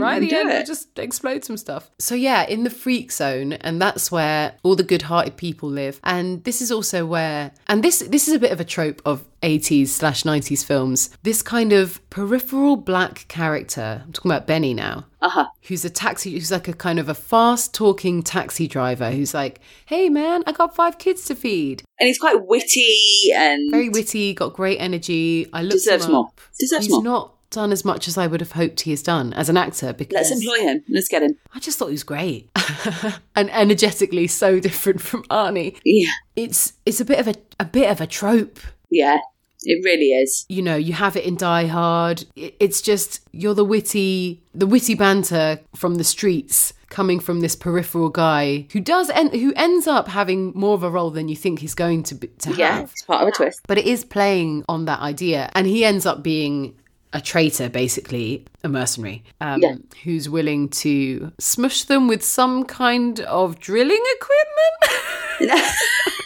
[SPEAKER 1] right
[SPEAKER 2] Right,
[SPEAKER 1] at the
[SPEAKER 2] do
[SPEAKER 1] end,
[SPEAKER 2] it.
[SPEAKER 1] it just explode some stuff. So yeah, in the freak zone, and that's where all the good-hearted people live. And this is also where, and this this is a bit of a trope of 80s slash 90s films. This kind of peripheral black character. I'm talking about Benny now.
[SPEAKER 2] Uh-huh.
[SPEAKER 1] Who's a taxi? Who's like a kind of a fast-talking taxi driver? Who's like, "Hey man, I got five kids to feed."
[SPEAKER 2] And he's quite witty and
[SPEAKER 1] Very witty, got great energy. I looked
[SPEAKER 2] deserves
[SPEAKER 1] him up.
[SPEAKER 2] more. Deserves
[SPEAKER 1] He's
[SPEAKER 2] more.
[SPEAKER 1] not done as much as I would have hoped he has done as an actor. Because
[SPEAKER 2] Let's employ him. Let's get him.
[SPEAKER 1] I just thought he was great and energetically so different from Arnie.
[SPEAKER 2] Yeah.
[SPEAKER 1] It's it's a bit of a a bit of a trope.
[SPEAKER 2] Yeah. It really is.
[SPEAKER 1] you know you have it in die hard I- it's just you're the witty the witty banter from the streets coming from this peripheral guy who does end who ends up having more of a role than you think he's going to be, to
[SPEAKER 2] Yeah,
[SPEAKER 1] have
[SPEAKER 2] it's part of a twist.
[SPEAKER 1] but it is playing on that idea and he ends up being a traitor basically a mercenary um,
[SPEAKER 2] Yeah.
[SPEAKER 1] who's willing to smush them with some kind of drilling equipment at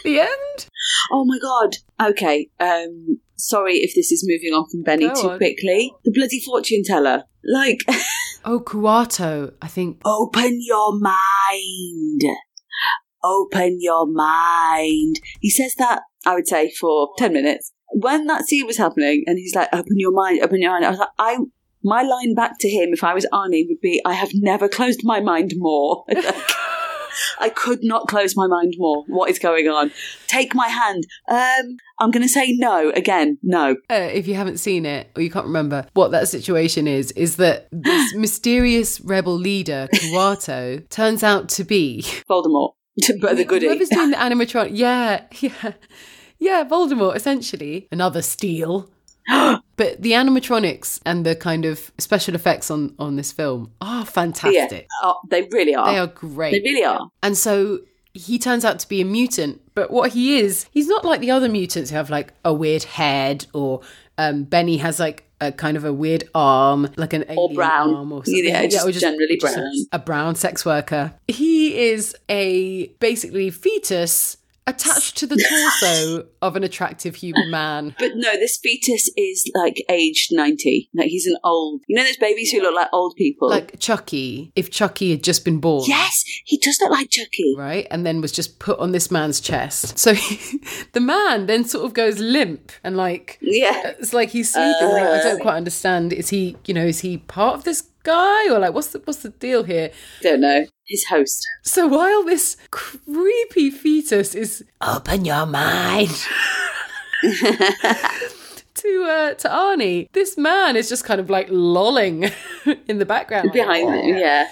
[SPEAKER 1] the end
[SPEAKER 2] Oh my god. Okay. Um sorry if this is moving on from Benny
[SPEAKER 1] Go
[SPEAKER 2] too
[SPEAKER 1] on.
[SPEAKER 2] quickly. The bloody fortune teller. Like
[SPEAKER 1] oh kuato i think
[SPEAKER 2] open your mind. Open your mind. He says that I would say for 10 minutes. When that scene was happening and he's like open your mind, open your mind. I was like I my line back to him if I was Arnie would be I have never closed my mind more. I could not close my mind more. What is going on? Take my hand. Um, I'm going to say no again. No.
[SPEAKER 1] uh, if you haven't seen it or you can't remember what that situation is, is that this mysterious rebel leader, Kuato, turns out to be
[SPEAKER 2] Voldemort. but the goodie.
[SPEAKER 1] Whoever's doing the animatronic, yeah, yeah, yeah, Voldemort essentially. Another steal. But the animatronics and the kind of special effects on on this film are fantastic.
[SPEAKER 2] Oh, they really are.
[SPEAKER 1] They are great.
[SPEAKER 2] They really are.
[SPEAKER 1] And so he turns out to be a mutant, but what he is, he's not like the other mutants who have like a weird head or um, Benny has like a kind of a weird arm, like an alien
[SPEAKER 2] brown.
[SPEAKER 1] arm or something.
[SPEAKER 2] Yeah, just
[SPEAKER 1] or
[SPEAKER 2] generally
[SPEAKER 1] just
[SPEAKER 2] brown.
[SPEAKER 1] A brown sex worker. He is a basically fetus attached to the torso of an attractive human man.
[SPEAKER 2] But no, this fetus is like aged 90. Like he's an old. You know those babies who look like old people?
[SPEAKER 1] Like Chucky, if Chucky had just been born.
[SPEAKER 2] yes, he does look like Chucky.
[SPEAKER 1] right? And then was just put on this man's chest. So he, the man then sort of goes limp and like
[SPEAKER 2] Yeah.
[SPEAKER 1] it's like he's sleeping. like, I don't quite understand. Is he, you know, is he part of this guy or like what's the what's the deal here?
[SPEAKER 2] Don't know. His host.
[SPEAKER 1] So while this creepy fetus is open your mind. To, uh, to Arnie, this man is just kind of like lolling in the background.
[SPEAKER 2] Behind him, yeah.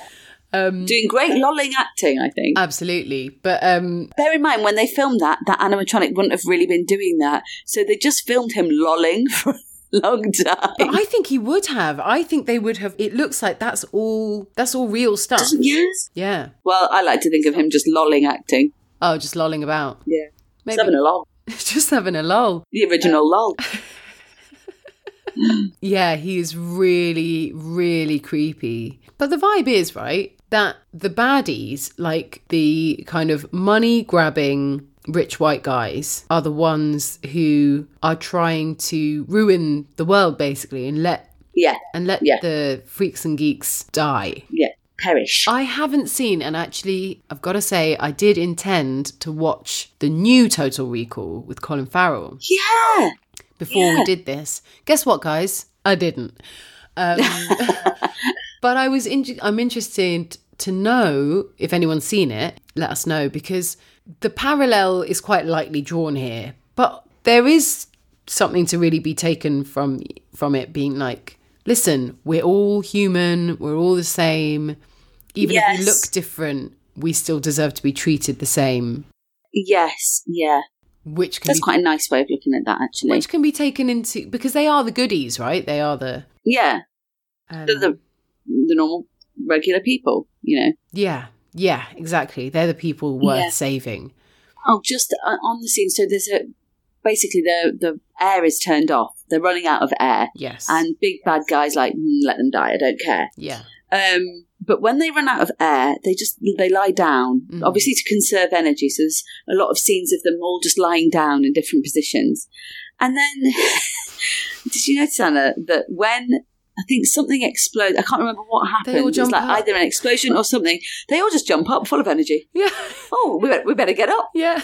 [SPEAKER 2] Doing great lolling acting, I think.
[SPEAKER 1] uh, Absolutely. But um,
[SPEAKER 2] Bear in mind, when they filmed that, that animatronic wouldn't have really been doing that. So they just filmed him lolling for a long time.
[SPEAKER 1] I think he would have. I think they would have. It looks like that's all. That's all real stuff.
[SPEAKER 2] Yes.
[SPEAKER 1] Yeah.
[SPEAKER 2] Well, I like to think of him just lolling acting.
[SPEAKER 1] Oh, just lolling about.
[SPEAKER 2] Yeah.
[SPEAKER 1] Maybe
[SPEAKER 2] Seven a lol.
[SPEAKER 1] just having a lull.
[SPEAKER 2] The original lol.
[SPEAKER 1] Yeah, he is really, really creepy. But the vibe is right that the baddies, like the kind of money grabbing rich white guys, are the ones who are trying to ruin the world basically and let
[SPEAKER 2] Yeah.
[SPEAKER 1] and let
[SPEAKER 2] Yeah.
[SPEAKER 1] the freaks and geeks die.
[SPEAKER 2] Yeah. Perish.
[SPEAKER 1] I haven't seen, and actually, I've got to say, I did intend to watch the new Total Recall with Colin Farrell
[SPEAKER 2] Yeah.
[SPEAKER 1] before
[SPEAKER 2] Yeah.
[SPEAKER 1] we did this. Guess what, guys? I didn't. Um, but I was. In- I'm interested to know if anyone's seen it. Let us know because the parallel is quite lightly drawn here, but there is something to really be taken from from it being like, listen, we're all human. We're all the same. Even if we
[SPEAKER 2] Yes.
[SPEAKER 1] look different, we still deserve to be treated the same.
[SPEAKER 2] Yes. Yeah.
[SPEAKER 1] Which can
[SPEAKER 2] That's
[SPEAKER 1] be
[SPEAKER 2] quite a nice way of looking at that, actually.
[SPEAKER 1] which can be taken into because they are the goodies, right? They are the,
[SPEAKER 2] Yeah.
[SPEAKER 1] um,
[SPEAKER 2] The, the, the normal, regular people, you know.
[SPEAKER 1] yeah, yeah, exactly. They're the people worth
[SPEAKER 2] Yeah.
[SPEAKER 1] saving.
[SPEAKER 2] Oh, just uh, on the scene. So there's a. Basically, the, the air is turned off. They're running out of air.
[SPEAKER 1] Yes,
[SPEAKER 2] And big bad guy's like, "Mm, let them die. I don't care.
[SPEAKER 1] yeah,
[SPEAKER 2] Um, but when they run out of air, they just they lie down,
[SPEAKER 1] Mhm.
[SPEAKER 2] obviously to conserve energy. So there's a lot of scenes of them all just lying down in different positions. And then, did you notice Anna that when I think something explodes, I can't remember what happened.
[SPEAKER 1] all
[SPEAKER 2] It was
[SPEAKER 1] jump
[SPEAKER 2] like
[SPEAKER 1] up.
[SPEAKER 2] either an explosion or something. They all just jump up, full of energy.
[SPEAKER 1] yeah,
[SPEAKER 2] Oh, we better, we better get up.
[SPEAKER 1] yeah.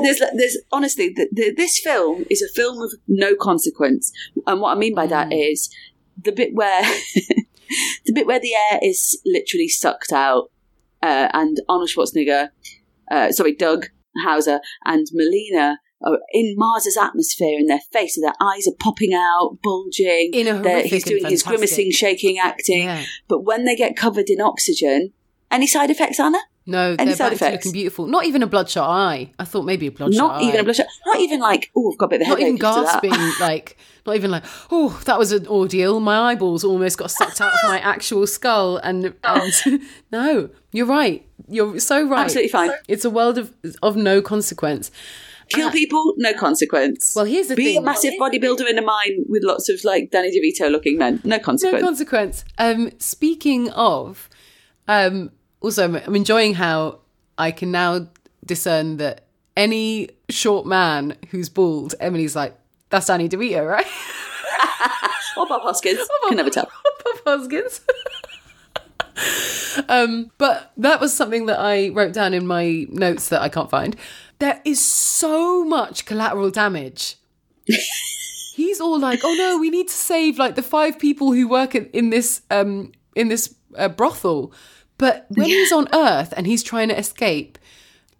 [SPEAKER 2] There's, there's honestly, th the, this film is a film of no consequence, and what I mean by
[SPEAKER 1] Hmm.
[SPEAKER 2] that is the bit where the bit where the air is literally sucked out, uh, and Arnold Schwarzenegger, uh, sorry, Doug Hauser and Melina are in Mars's atmosphere, and their face, and their eyes are popping out, bulging.
[SPEAKER 1] In a
[SPEAKER 2] They're-
[SPEAKER 1] horrific
[SPEAKER 2] he's doing
[SPEAKER 1] and
[SPEAKER 2] his
[SPEAKER 1] fantastic-
[SPEAKER 2] grimacing, shaking acting,
[SPEAKER 1] Yeah.
[SPEAKER 2] but when they get covered in oxygen, any side effects, Anna?
[SPEAKER 1] No,
[SPEAKER 2] Any
[SPEAKER 1] they're back
[SPEAKER 2] side
[SPEAKER 1] to
[SPEAKER 2] effects?
[SPEAKER 1] looking beautiful. Not even a bloodshot eye. I thought maybe a bloodshot
[SPEAKER 2] Not
[SPEAKER 1] eye.
[SPEAKER 2] even a blush. Not even like, oh, I've got a bit of a
[SPEAKER 1] Not
[SPEAKER 2] headache.
[SPEAKER 1] even
[SPEAKER 2] after that."
[SPEAKER 1] gasping, like, not even like, oh, that was an ordeal. My eyeballs almost got sucked out of my actual skull. And, and no, you're right. You're so right.
[SPEAKER 2] Oh. Absolutely fine.
[SPEAKER 1] It's a world of, of no consequence.
[SPEAKER 2] Kill people, no consequence.
[SPEAKER 1] Ah. Well, here's the
[SPEAKER 2] Be
[SPEAKER 1] thing.
[SPEAKER 2] a massive bodybuilder in a mine with lots of like Danny DeVito looking men, no
[SPEAKER 1] no
[SPEAKER 2] consequence.
[SPEAKER 1] consequence. Um, speaking of, um, also I'm- I'm enjoying how I can now discern that any short man who's bald, Emily's like, that's Danny DeVito, right?
[SPEAKER 2] or Bob Hoskins, can never tell.
[SPEAKER 1] Bob Hoskins. um, but that was something that I wrote down in my notes that I can't find. There is so much collateral damage. He's all like, "Oh no, we need to save like the five people who work in, in this um, in this uh, brothel." But when he's on Earth and he's trying to escape,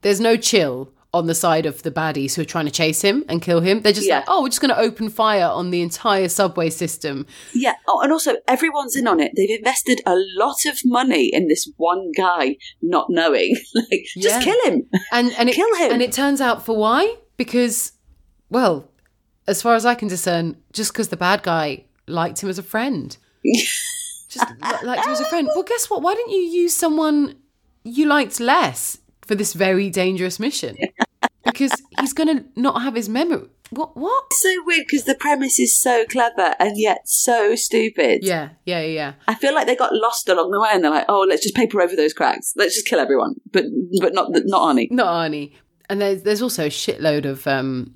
[SPEAKER 1] there's no chill on the side of the baddies who are trying to chase him and kill him. They're just
[SPEAKER 2] Yeah.
[SPEAKER 1] like, "Oh, we're just going to open fire on the entire subway system."
[SPEAKER 2] Yeah, oh, and also everyone's in on it. They've invested a lot of money in this one guy not knowing. like, just
[SPEAKER 1] Yeah.
[SPEAKER 2] kill him.
[SPEAKER 1] and and it,
[SPEAKER 2] Kill him.
[SPEAKER 1] And it turns out for why? Because, well, as far as I can discern, just because the bad guy liked him as a friend, just li- liked him as a friend. Well, guess what? Why didn't you use someone you liked less for this very dangerous mission? Because he's gonna not have his memory. What? What?
[SPEAKER 2] It's so weird because the premise is so clever and yet so stupid.
[SPEAKER 1] Yeah, yeah, yeah.
[SPEAKER 2] I feel like they got lost along the way, and they're like, "Oh, let's just paper over those cracks. Let's just kill everyone, but but not not Arnie."
[SPEAKER 1] Not Arnie. And there's there's also a shitload of um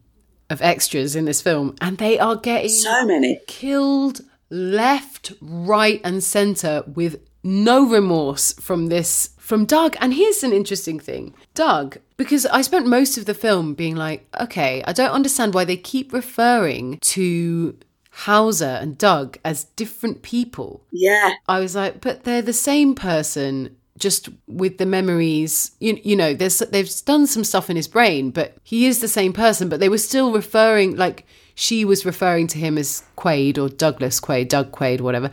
[SPEAKER 1] of extras in this film, and they are getting
[SPEAKER 2] So many.
[SPEAKER 1] killed left, right, and center with no remorse from this from Doug. And here's an interesting thing, Doug, because I spent most of the film being like, okay, I don't understand why they keep referring to Hauser and Doug as different people.
[SPEAKER 2] Yeah,
[SPEAKER 1] I was like, but they're the same person, just with the memories. You, you know, there's they've done some stuff in his brain, but he is the same person. But they were still referring, like she was referring to him as Quaid or Douglas Quaid, Doug Quaid, whatever.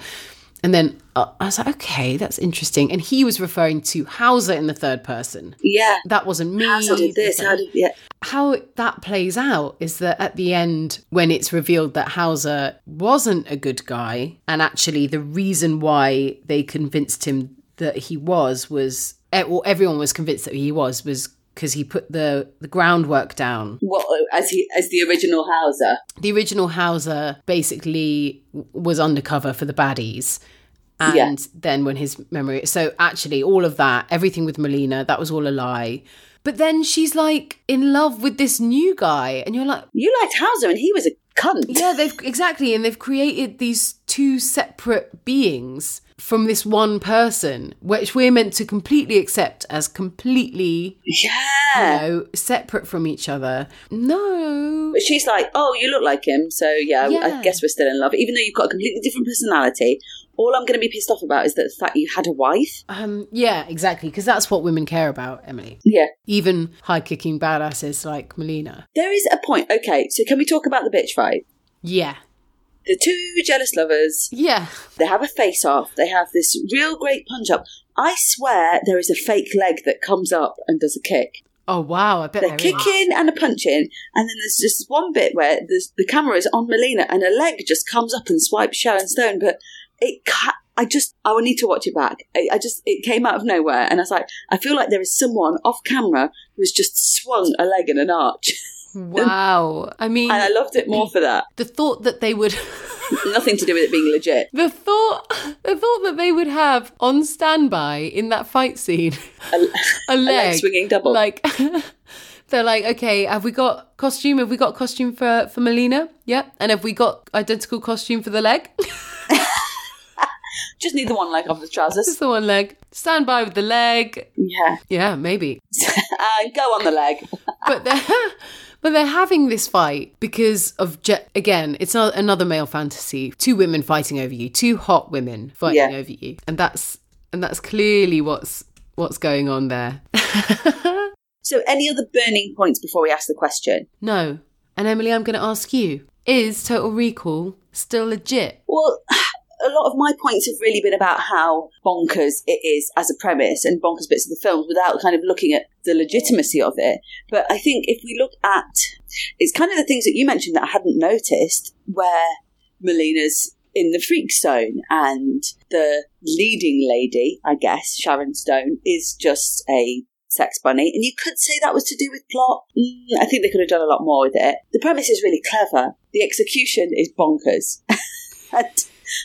[SPEAKER 1] And then uh, I was like, okay, that's interesting. And he was referring to Hauser in the third person.
[SPEAKER 2] yeah.
[SPEAKER 1] That wasn't me.
[SPEAKER 2] How did this? How did yeah?
[SPEAKER 1] How that plays out is that at the end, when it's revealed that Hauser wasn't a good guy, and actually the reason why they convinced him that he was was, eh, well, everyone was convinced that he was was because he put the the groundwork down.
[SPEAKER 2] What uh, as he as the original Hauser?
[SPEAKER 1] The original Hauser basically w- was undercover for the baddies. And
[SPEAKER 2] Yeah.
[SPEAKER 1] then when his memory, so actually all of that, everything with Melina, that was all a lie. But then she's like in love with this new guy, and you're like,
[SPEAKER 2] You liked Hauser, and he was a cunt.
[SPEAKER 1] yeah, they've exactly, and they've created these two separate beings from this one person, which we're meant to completely accept as completely, you
[SPEAKER 2] Yeah.
[SPEAKER 1] know, separate from each other. No,
[SPEAKER 2] But she's like, "Oh, you look like him, so yeah,
[SPEAKER 1] Yeah.
[SPEAKER 2] I guess we're still in love, even though you've got a completely different personality." All I'm going to be pissed off about is that the fact you had a wife.
[SPEAKER 1] um, yeah, exactly, because that's what women care about, Emily.
[SPEAKER 2] Yeah.
[SPEAKER 1] Even high kicking badasses like Melina.
[SPEAKER 2] There is a point. Okay, so can we talk about the bitch fight?
[SPEAKER 1] Yeah,
[SPEAKER 2] The two jealous lovers
[SPEAKER 1] yeah,
[SPEAKER 2] They have a face off. They have this real great punch up. I swear there is a fake leg that comes up and does a kick.
[SPEAKER 1] oh wow, I bet there
[SPEAKER 2] They're
[SPEAKER 1] is.
[SPEAKER 2] kicking and a punching, and then there's just one bit where there's, the camera is on Melina and her leg just comes up and swipes Sharon Stone. But it, ca- I just, I will need to watch it back. I, I just, it came out of nowhere, and I was like, I feel like there is someone off camera who's just swung a leg in an arch,
[SPEAKER 1] Wow, I mean,
[SPEAKER 2] and I loved it more for that.
[SPEAKER 1] the thought that they would.
[SPEAKER 2] Nothing to do with it being legit.
[SPEAKER 1] The thought, the thought that they would have on standby in that fight scene, a, leg
[SPEAKER 2] swinging double.
[SPEAKER 1] Like they're like, okay, have we got costume? Have we got costume for for Melina? Yep. And have we got identical costume for the leg?
[SPEAKER 2] Just need the one leg off the trousers.
[SPEAKER 1] Just the one leg. Stand by with the leg.
[SPEAKER 2] Yeah,
[SPEAKER 1] Yeah, maybe.
[SPEAKER 2] and go on the leg.
[SPEAKER 1] But they're. But they're having this fight because of je- again, it's not another male fantasy. Two women fighting over you, two hot women fighting
[SPEAKER 2] Yeah.
[SPEAKER 1] over you, and that's and that's clearly what's what's going on there.
[SPEAKER 2] So, any other burning points before we ask the question?
[SPEAKER 1] No. And Emily, I'm going to ask you is Total Recall still legit?
[SPEAKER 2] Well, a lot of my points have really been about how bonkers it is as a premise and bonkers bits of the films without kind of looking at the legitimacy of it. But I think if we look at it's kind of the things that you mentioned that I hadn't noticed where Melina's in the freak zone and the leading lady, I guess, Sharon Stone, is just a sex bunny. And you could say that was to do with plot. Mm, I think they could have done a lot more with it. The premise is really clever. The execution is bonkers. and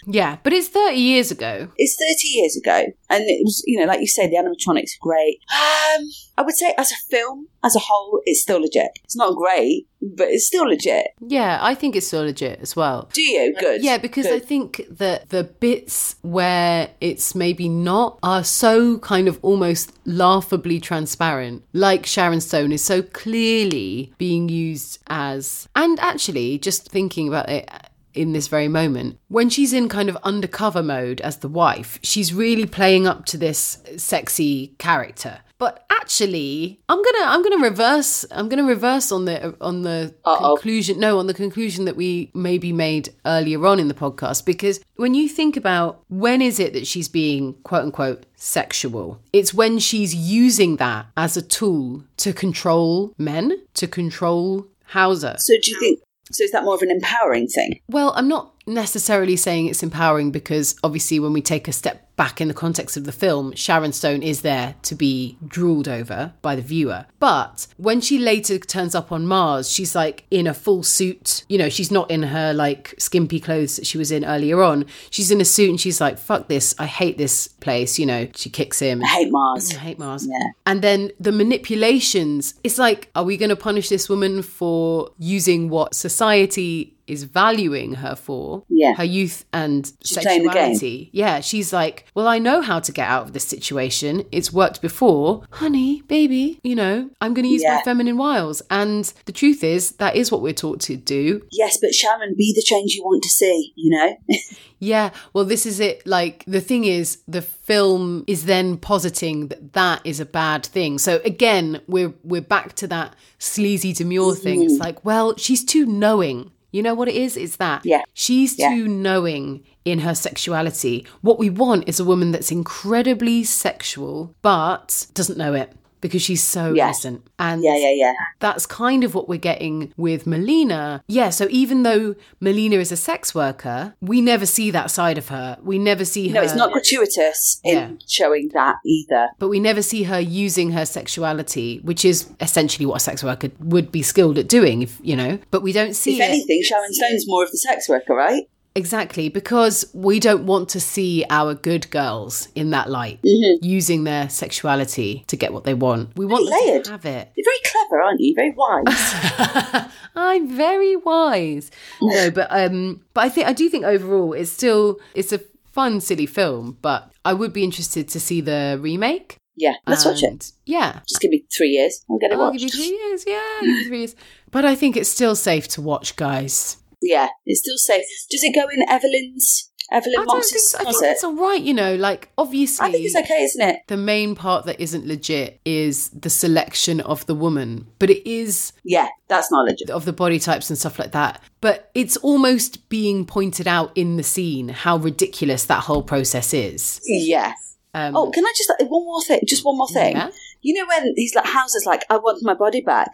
[SPEAKER 1] Yeah, but it's 30 years ago.
[SPEAKER 2] it's 30 years ago and it was you know like you say the animatronics were great um i would say as a film as a whole it's still legit it's not great but it's still legit
[SPEAKER 1] Yeah, I think it's still legit as well.
[SPEAKER 2] do you good
[SPEAKER 1] Uh, Yeah, because I
[SPEAKER 2] Good.
[SPEAKER 1] think that the bits where it's maybe not are so kind of almost laughably transparent. Like Sharon Stone is so clearly being used as, and actually, just thinking about it in this very moment, when she's in kind of undercover mode as the wife, she's really playing up to this sexy character. But actually, I'm gonna I'm gonna reverse I'm gonna reverse on the on the
[SPEAKER 2] Uh-oh.
[SPEAKER 1] conclusion no on the conclusion that we maybe made earlier on in the podcast because when you think about when is it that she's being quote unquote sexual it's when she's using that as a tool to control men to control Hauser
[SPEAKER 2] so do you think so is that more of an empowering thing
[SPEAKER 1] well, I'm not necessarily saying it's empowering because obviously, when we take a step back in the context of the film, Sharon Stone is there to be drooled over by the viewer. But when she later turns up on Mars, she's like in a full suit. You know, she's not in her like skimpy clothes that she was in earlier on. She's in a suit and she's like, fuck this. I hate this place. You know, she kicks him.
[SPEAKER 2] i hate mars
[SPEAKER 1] I hate Mars.
[SPEAKER 2] Yeah.
[SPEAKER 1] And then the manipulations. It's like, are we going to punish this woman for using what society is valuing her for?
[SPEAKER 2] Yeah.
[SPEAKER 1] Her youth and
[SPEAKER 2] playing the game.
[SPEAKER 1] sexuality. Yeah. She's like, well, I know how to get out of this situation. It's worked before. Honey, baby, you know, I'm going to use my
[SPEAKER 2] Yeah.
[SPEAKER 1] feminine wiles. And the truth is, that is what we're taught to do.
[SPEAKER 2] yes but sharon be the change you want to see you know
[SPEAKER 1] Yeah, well, this is it. Like, the thing is, the film is then positing that that is a bad thing. So again, we're we're back to that sleazy demure thing.
[SPEAKER 2] Mm-hmm.
[SPEAKER 1] It's like, well, she's too knowing. You know what it is? It's that.
[SPEAKER 2] Yeah.
[SPEAKER 1] She's
[SPEAKER 2] Yeah.
[SPEAKER 1] too knowing in her sexuality. What we want is a woman that's incredibly sexual, but doesn't know it because she's so
[SPEAKER 2] Yeah.
[SPEAKER 1] innocent. And
[SPEAKER 2] yeah yeah yeah
[SPEAKER 1] that's kind of what we're getting with Melina. Yeah, so even though Melina is a sex worker, we never see that side of her. We never see her.
[SPEAKER 2] no it's not gratuitous in
[SPEAKER 1] Uh, Yeah.
[SPEAKER 2] showing that either
[SPEAKER 1] But we never see her using her sexuality, which is essentially what a sex worker would be skilled at doing, if you know. But we don't see
[SPEAKER 2] if
[SPEAKER 1] it.
[SPEAKER 2] anything sharon stone's more of the sex worker right
[SPEAKER 1] Exactly, because we don't want to see our good girls in that light
[SPEAKER 2] Mm-hmm.
[SPEAKER 1] using their sexuality to get what they want. We want them
[SPEAKER 2] layered.
[SPEAKER 1] to have it.
[SPEAKER 2] you're very clever aren't you very wise
[SPEAKER 1] I'm very wise. No, but um, but I think I do think overall it's still it's a fun, silly film. But I would be interested to see the remake.
[SPEAKER 2] yeah let's watch it
[SPEAKER 1] And, Yeah,
[SPEAKER 2] just give me three years i'll get it
[SPEAKER 1] Um, I'll
[SPEAKER 2] watched
[SPEAKER 1] give you three years. Yeah, give you three years. But I think it's still safe to watch, guys.
[SPEAKER 2] Yeah, it's still safe. Does it go in Evelyn's
[SPEAKER 1] I
[SPEAKER 2] Evelyn
[SPEAKER 1] don't think,
[SPEAKER 2] Moss's
[SPEAKER 1] I think
[SPEAKER 2] closet?
[SPEAKER 1] it's all right. You know, like obviously,
[SPEAKER 2] I think it's okay, isn't it?
[SPEAKER 1] the main part that isn't legit is the selection of the woman, but it is
[SPEAKER 2] Yeah, that's not legit.
[SPEAKER 1] of the body types and stuff like that. But it's almost being pointed out in the scene how ridiculous that whole process is.
[SPEAKER 2] Yeah.
[SPEAKER 1] Um,
[SPEAKER 2] Oh, can I just one more thing? Just one more thing.
[SPEAKER 1] Yeah.
[SPEAKER 2] You know when he's like, "Houses like I want my body back."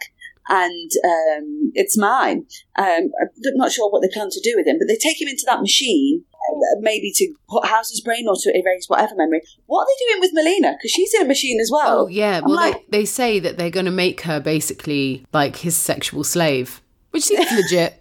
[SPEAKER 2] And um, it's mine. Um, I'm not sure what they plan to do with him, but they take him into that machine, uh, maybe to put House's brain or to erase whatever memory. What are they doing with Melina? Because she's in a machine as well.
[SPEAKER 1] Oh, yeah.
[SPEAKER 2] I'm
[SPEAKER 1] Well,
[SPEAKER 2] like,
[SPEAKER 1] they, they say that they're going to make her basically like his sexual slave, which seems legit.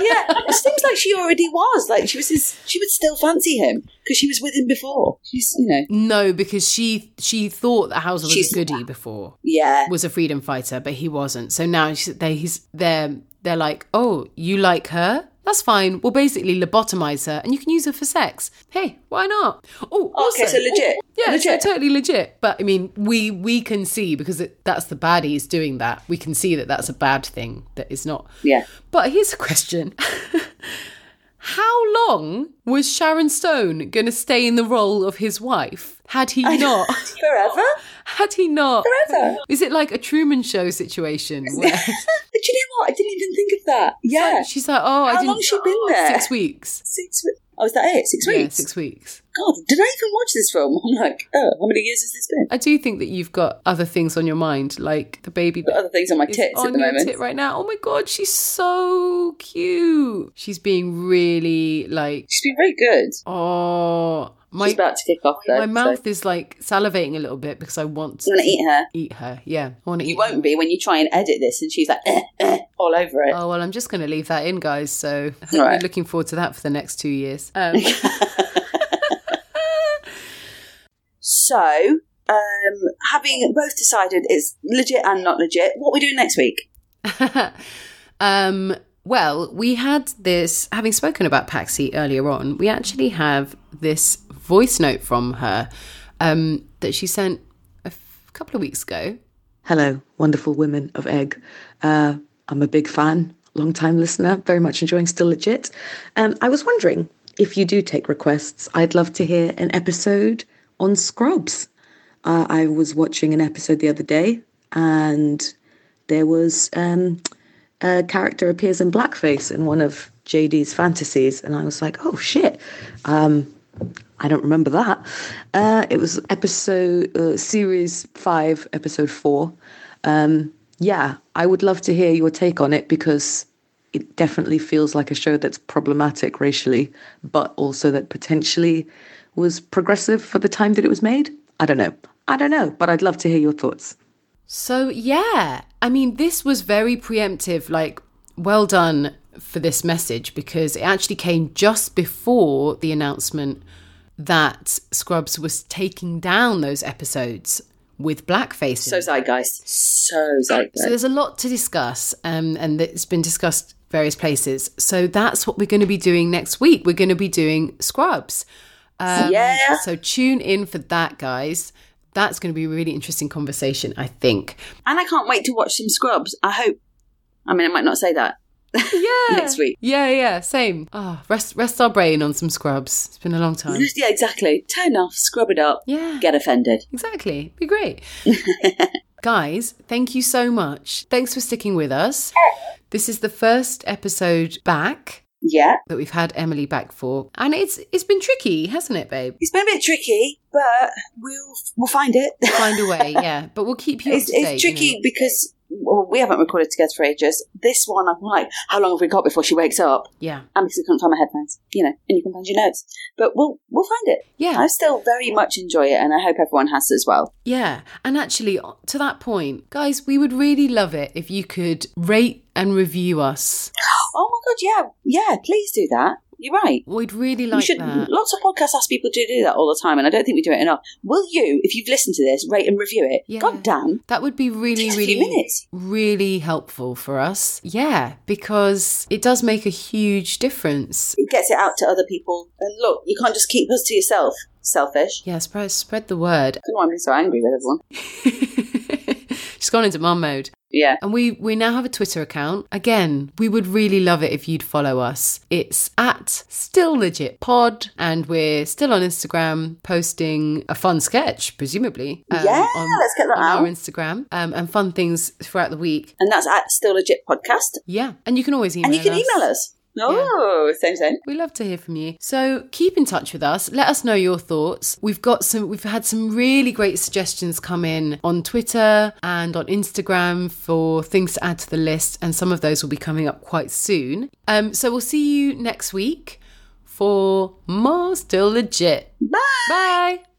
[SPEAKER 2] yeah, it seems like she already was. Like she was, his, she would still fancy him because she was with him before. She's, you know,
[SPEAKER 1] No, because she she thought that Hauser was
[SPEAKER 2] She's-
[SPEAKER 1] a goodie before,
[SPEAKER 2] yeah,
[SPEAKER 1] was a freedom fighter, but he wasn't. So now she, they he's they're they're like, oh, you like her? That's fine. We'll basically lobotomize her, and you can use her for sex. Hey, why not? Oh,
[SPEAKER 2] Okay,
[SPEAKER 1] also-
[SPEAKER 2] so legit.
[SPEAKER 1] Yeah,
[SPEAKER 2] Legit.
[SPEAKER 1] so totally legit. But I mean, we we can see because it, that's the baddies doing that. We can see that that's a bad thing. That is not.
[SPEAKER 2] yeah.
[SPEAKER 1] But here's a question: How long was Sharon Stone going to stay in the role of his wife? Had he not?
[SPEAKER 2] Forever?
[SPEAKER 1] Had he not?
[SPEAKER 2] Forever.
[SPEAKER 1] Is it like a Truman Show situation? Where
[SPEAKER 2] do you know what? I didn't even think of that. Yeah.
[SPEAKER 1] So she's like, oh, I
[SPEAKER 2] How
[SPEAKER 1] didn't.
[SPEAKER 2] long's she been there?
[SPEAKER 1] Six weeks.
[SPEAKER 2] six weeks. Oh, is that it? Six weeks?
[SPEAKER 1] Yeah, six weeks.
[SPEAKER 2] God, did I even watch this film? I'm like, oh, how many years has this been?
[SPEAKER 1] I do think that you've got other things on your mind, like the baby
[SPEAKER 2] I've got other things on my
[SPEAKER 1] is
[SPEAKER 2] tits
[SPEAKER 1] on
[SPEAKER 2] at the
[SPEAKER 1] your
[SPEAKER 2] moment.
[SPEAKER 1] tit right now. Oh my god, she's so cute. She's being really like,
[SPEAKER 2] She's been very good.
[SPEAKER 1] oh my.
[SPEAKER 2] She's about to kick off though.
[SPEAKER 1] my
[SPEAKER 2] So.
[SPEAKER 1] mouth is like salivating a little bit because I want
[SPEAKER 2] You want to eat her?
[SPEAKER 1] eat her. Yeah, I want to eat.
[SPEAKER 2] You won't be when you try and edit this, and she's like eh, eh, all over
[SPEAKER 1] her.
[SPEAKER 2] it.
[SPEAKER 1] Oh well, I'm just going to leave that in, guys. So
[SPEAKER 2] All
[SPEAKER 1] we're
[SPEAKER 2] right.
[SPEAKER 1] looking forward to that for the next two years. Um,
[SPEAKER 2] So, um, having both decided it's legit and not legit, what we doing next week?
[SPEAKER 1] um, well, we had this, having spoken about Paxi earlier on, we actually have this voice note from her um, that she sent a f- couple of weeks ago.
[SPEAKER 3] Hello, wonderful women of Egg. Uh, I'm a big fan, long time listener, very much enjoying Still Legit. Um, I was wondering if you do take requests, I'd love to hear an episode on Scrubs. Uh, I was watching an episode the other day and there was um, a character appears in blackface in one of JD's fantasies, and I was like, oh shit. Um, I don't remember that. Uh, it was episode uh, series five, episode four. Um, yeah, I would love to hear your take on it because it definitely feels like a show that's problematic racially, but also that potentially was progressive for the time that it was made. I don't know. I don't know, but I'd love to hear your thoughts.
[SPEAKER 1] So, yeah, I mean, this was very preemptive. Like, well done for this message because it actually came just before the announcement that Scrubs was taking down those episodes with blackface. in
[SPEAKER 2] So zeitgeist, so zeitgeist.
[SPEAKER 1] So there's a lot to discuss, um, and it's been discussed various places. So that's what we're going to be doing next week. We're going to be doing Scrubs. Um,
[SPEAKER 2] Yeah.
[SPEAKER 1] So tune in for that, guys. That's going to be a really interesting conversation, I think.
[SPEAKER 2] and I can't wait to watch some Scrubs. I hope. I mean, I might not say that. Yeah. next week.
[SPEAKER 1] Yeah, yeah, same. Ah, rest, rest our brain on some Scrubs. It's been a long time.
[SPEAKER 2] Yeah, exactly. Turn off, scrub it up,
[SPEAKER 1] Um. Yeah.
[SPEAKER 2] get offended.
[SPEAKER 1] Exactly. Be great. Guys, thank you so much. Thanks for sticking with us. This is the first episode back.
[SPEAKER 2] Yeah.
[SPEAKER 1] that we've had Emily back for, and it's it's been tricky, hasn't it, babe?
[SPEAKER 2] It's been a bit tricky, but we'll we'll find it.
[SPEAKER 1] Find a way, yeah. But we'll keep you.
[SPEAKER 2] it's,
[SPEAKER 1] up to
[SPEAKER 2] it's
[SPEAKER 1] date,
[SPEAKER 2] tricky
[SPEAKER 1] You know.
[SPEAKER 2] because well, we haven't recorded together for ages. This one, I'm like, how long have we got before she wakes up?
[SPEAKER 1] Yeah,
[SPEAKER 2] And because I couldn't find my headphones, you know, and you can find your notes. But we'll we'll find it.
[SPEAKER 1] yeah,
[SPEAKER 2] I still very much enjoy it, and I hope everyone has as well.
[SPEAKER 1] yeah. And actually, to that point, guys, we would really love it if you could rate and review us.
[SPEAKER 2] Oh my god, yeah, yeah, please do that. You're right.
[SPEAKER 1] We'd really
[SPEAKER 2] you
[SPEAKER 1] like
[SPEAKER 2] should.
[SPEAKER 1] that.
[SPEAKER 2] Lots of podcasts ask people to do that all the time, and I don't think we do it enough. Will you, if you've listened to this, rate and review it?
[SPEAKER 1] Yeah.
[SPEAKER 2] God damn,
[SPEAKER 1] That would be really,
[SPEAKER 2] just a few
[SPEAKER 1] really,
[SPEAKER 2] minutes.
[SPEAKER 1] really helpful for us. Yeah, because it does make a huge difference.
[SPEAKER 2] It gets it out to other people. And look, you can't just keep us to yourself. Selfish.
[SPEAKER 1] Yeah, spread spread the word.
[SPEAKER 2] I don't know why I'm so angry with everyone.
[SPEAKER 1] She's gone into mum mode.
[SPEAKER 2] Yeah.
[SPEAKER 1] And we we now have a Twitter account. Again, we would really love it if you'd follow us. It's at Still Legit Pod, and we're still on Instagram posting a fun sketch, presumably. um,
[SPEAKER 2] Yeah, let's get that
[SPEAKER 1] on our
[SPEAKER 2] out.
[SPEAKER 1] Instagram um, and fun things throughout the week.
[SPEAKER 2] And that's at Still Legit Podcast.
[SPEAKER 1] Yeah, and you can always email.
[SPEAKER 2] and you
[SPEAKER 1] us.
[SPEAKER 2] can email us. Oh, same, same.
[SPEAKER 1] We love to hear from you. So keep in touch with us. Let us know your thoughts. We've got some we've had some really great suggestions come in on Twitter and on Instagram for things to add to the list and some of those will be coming up quite soon. Um so we'll see you next week for more still legit.
[SPEAKER 2] Bye.
[SPEAKER 1] Bye.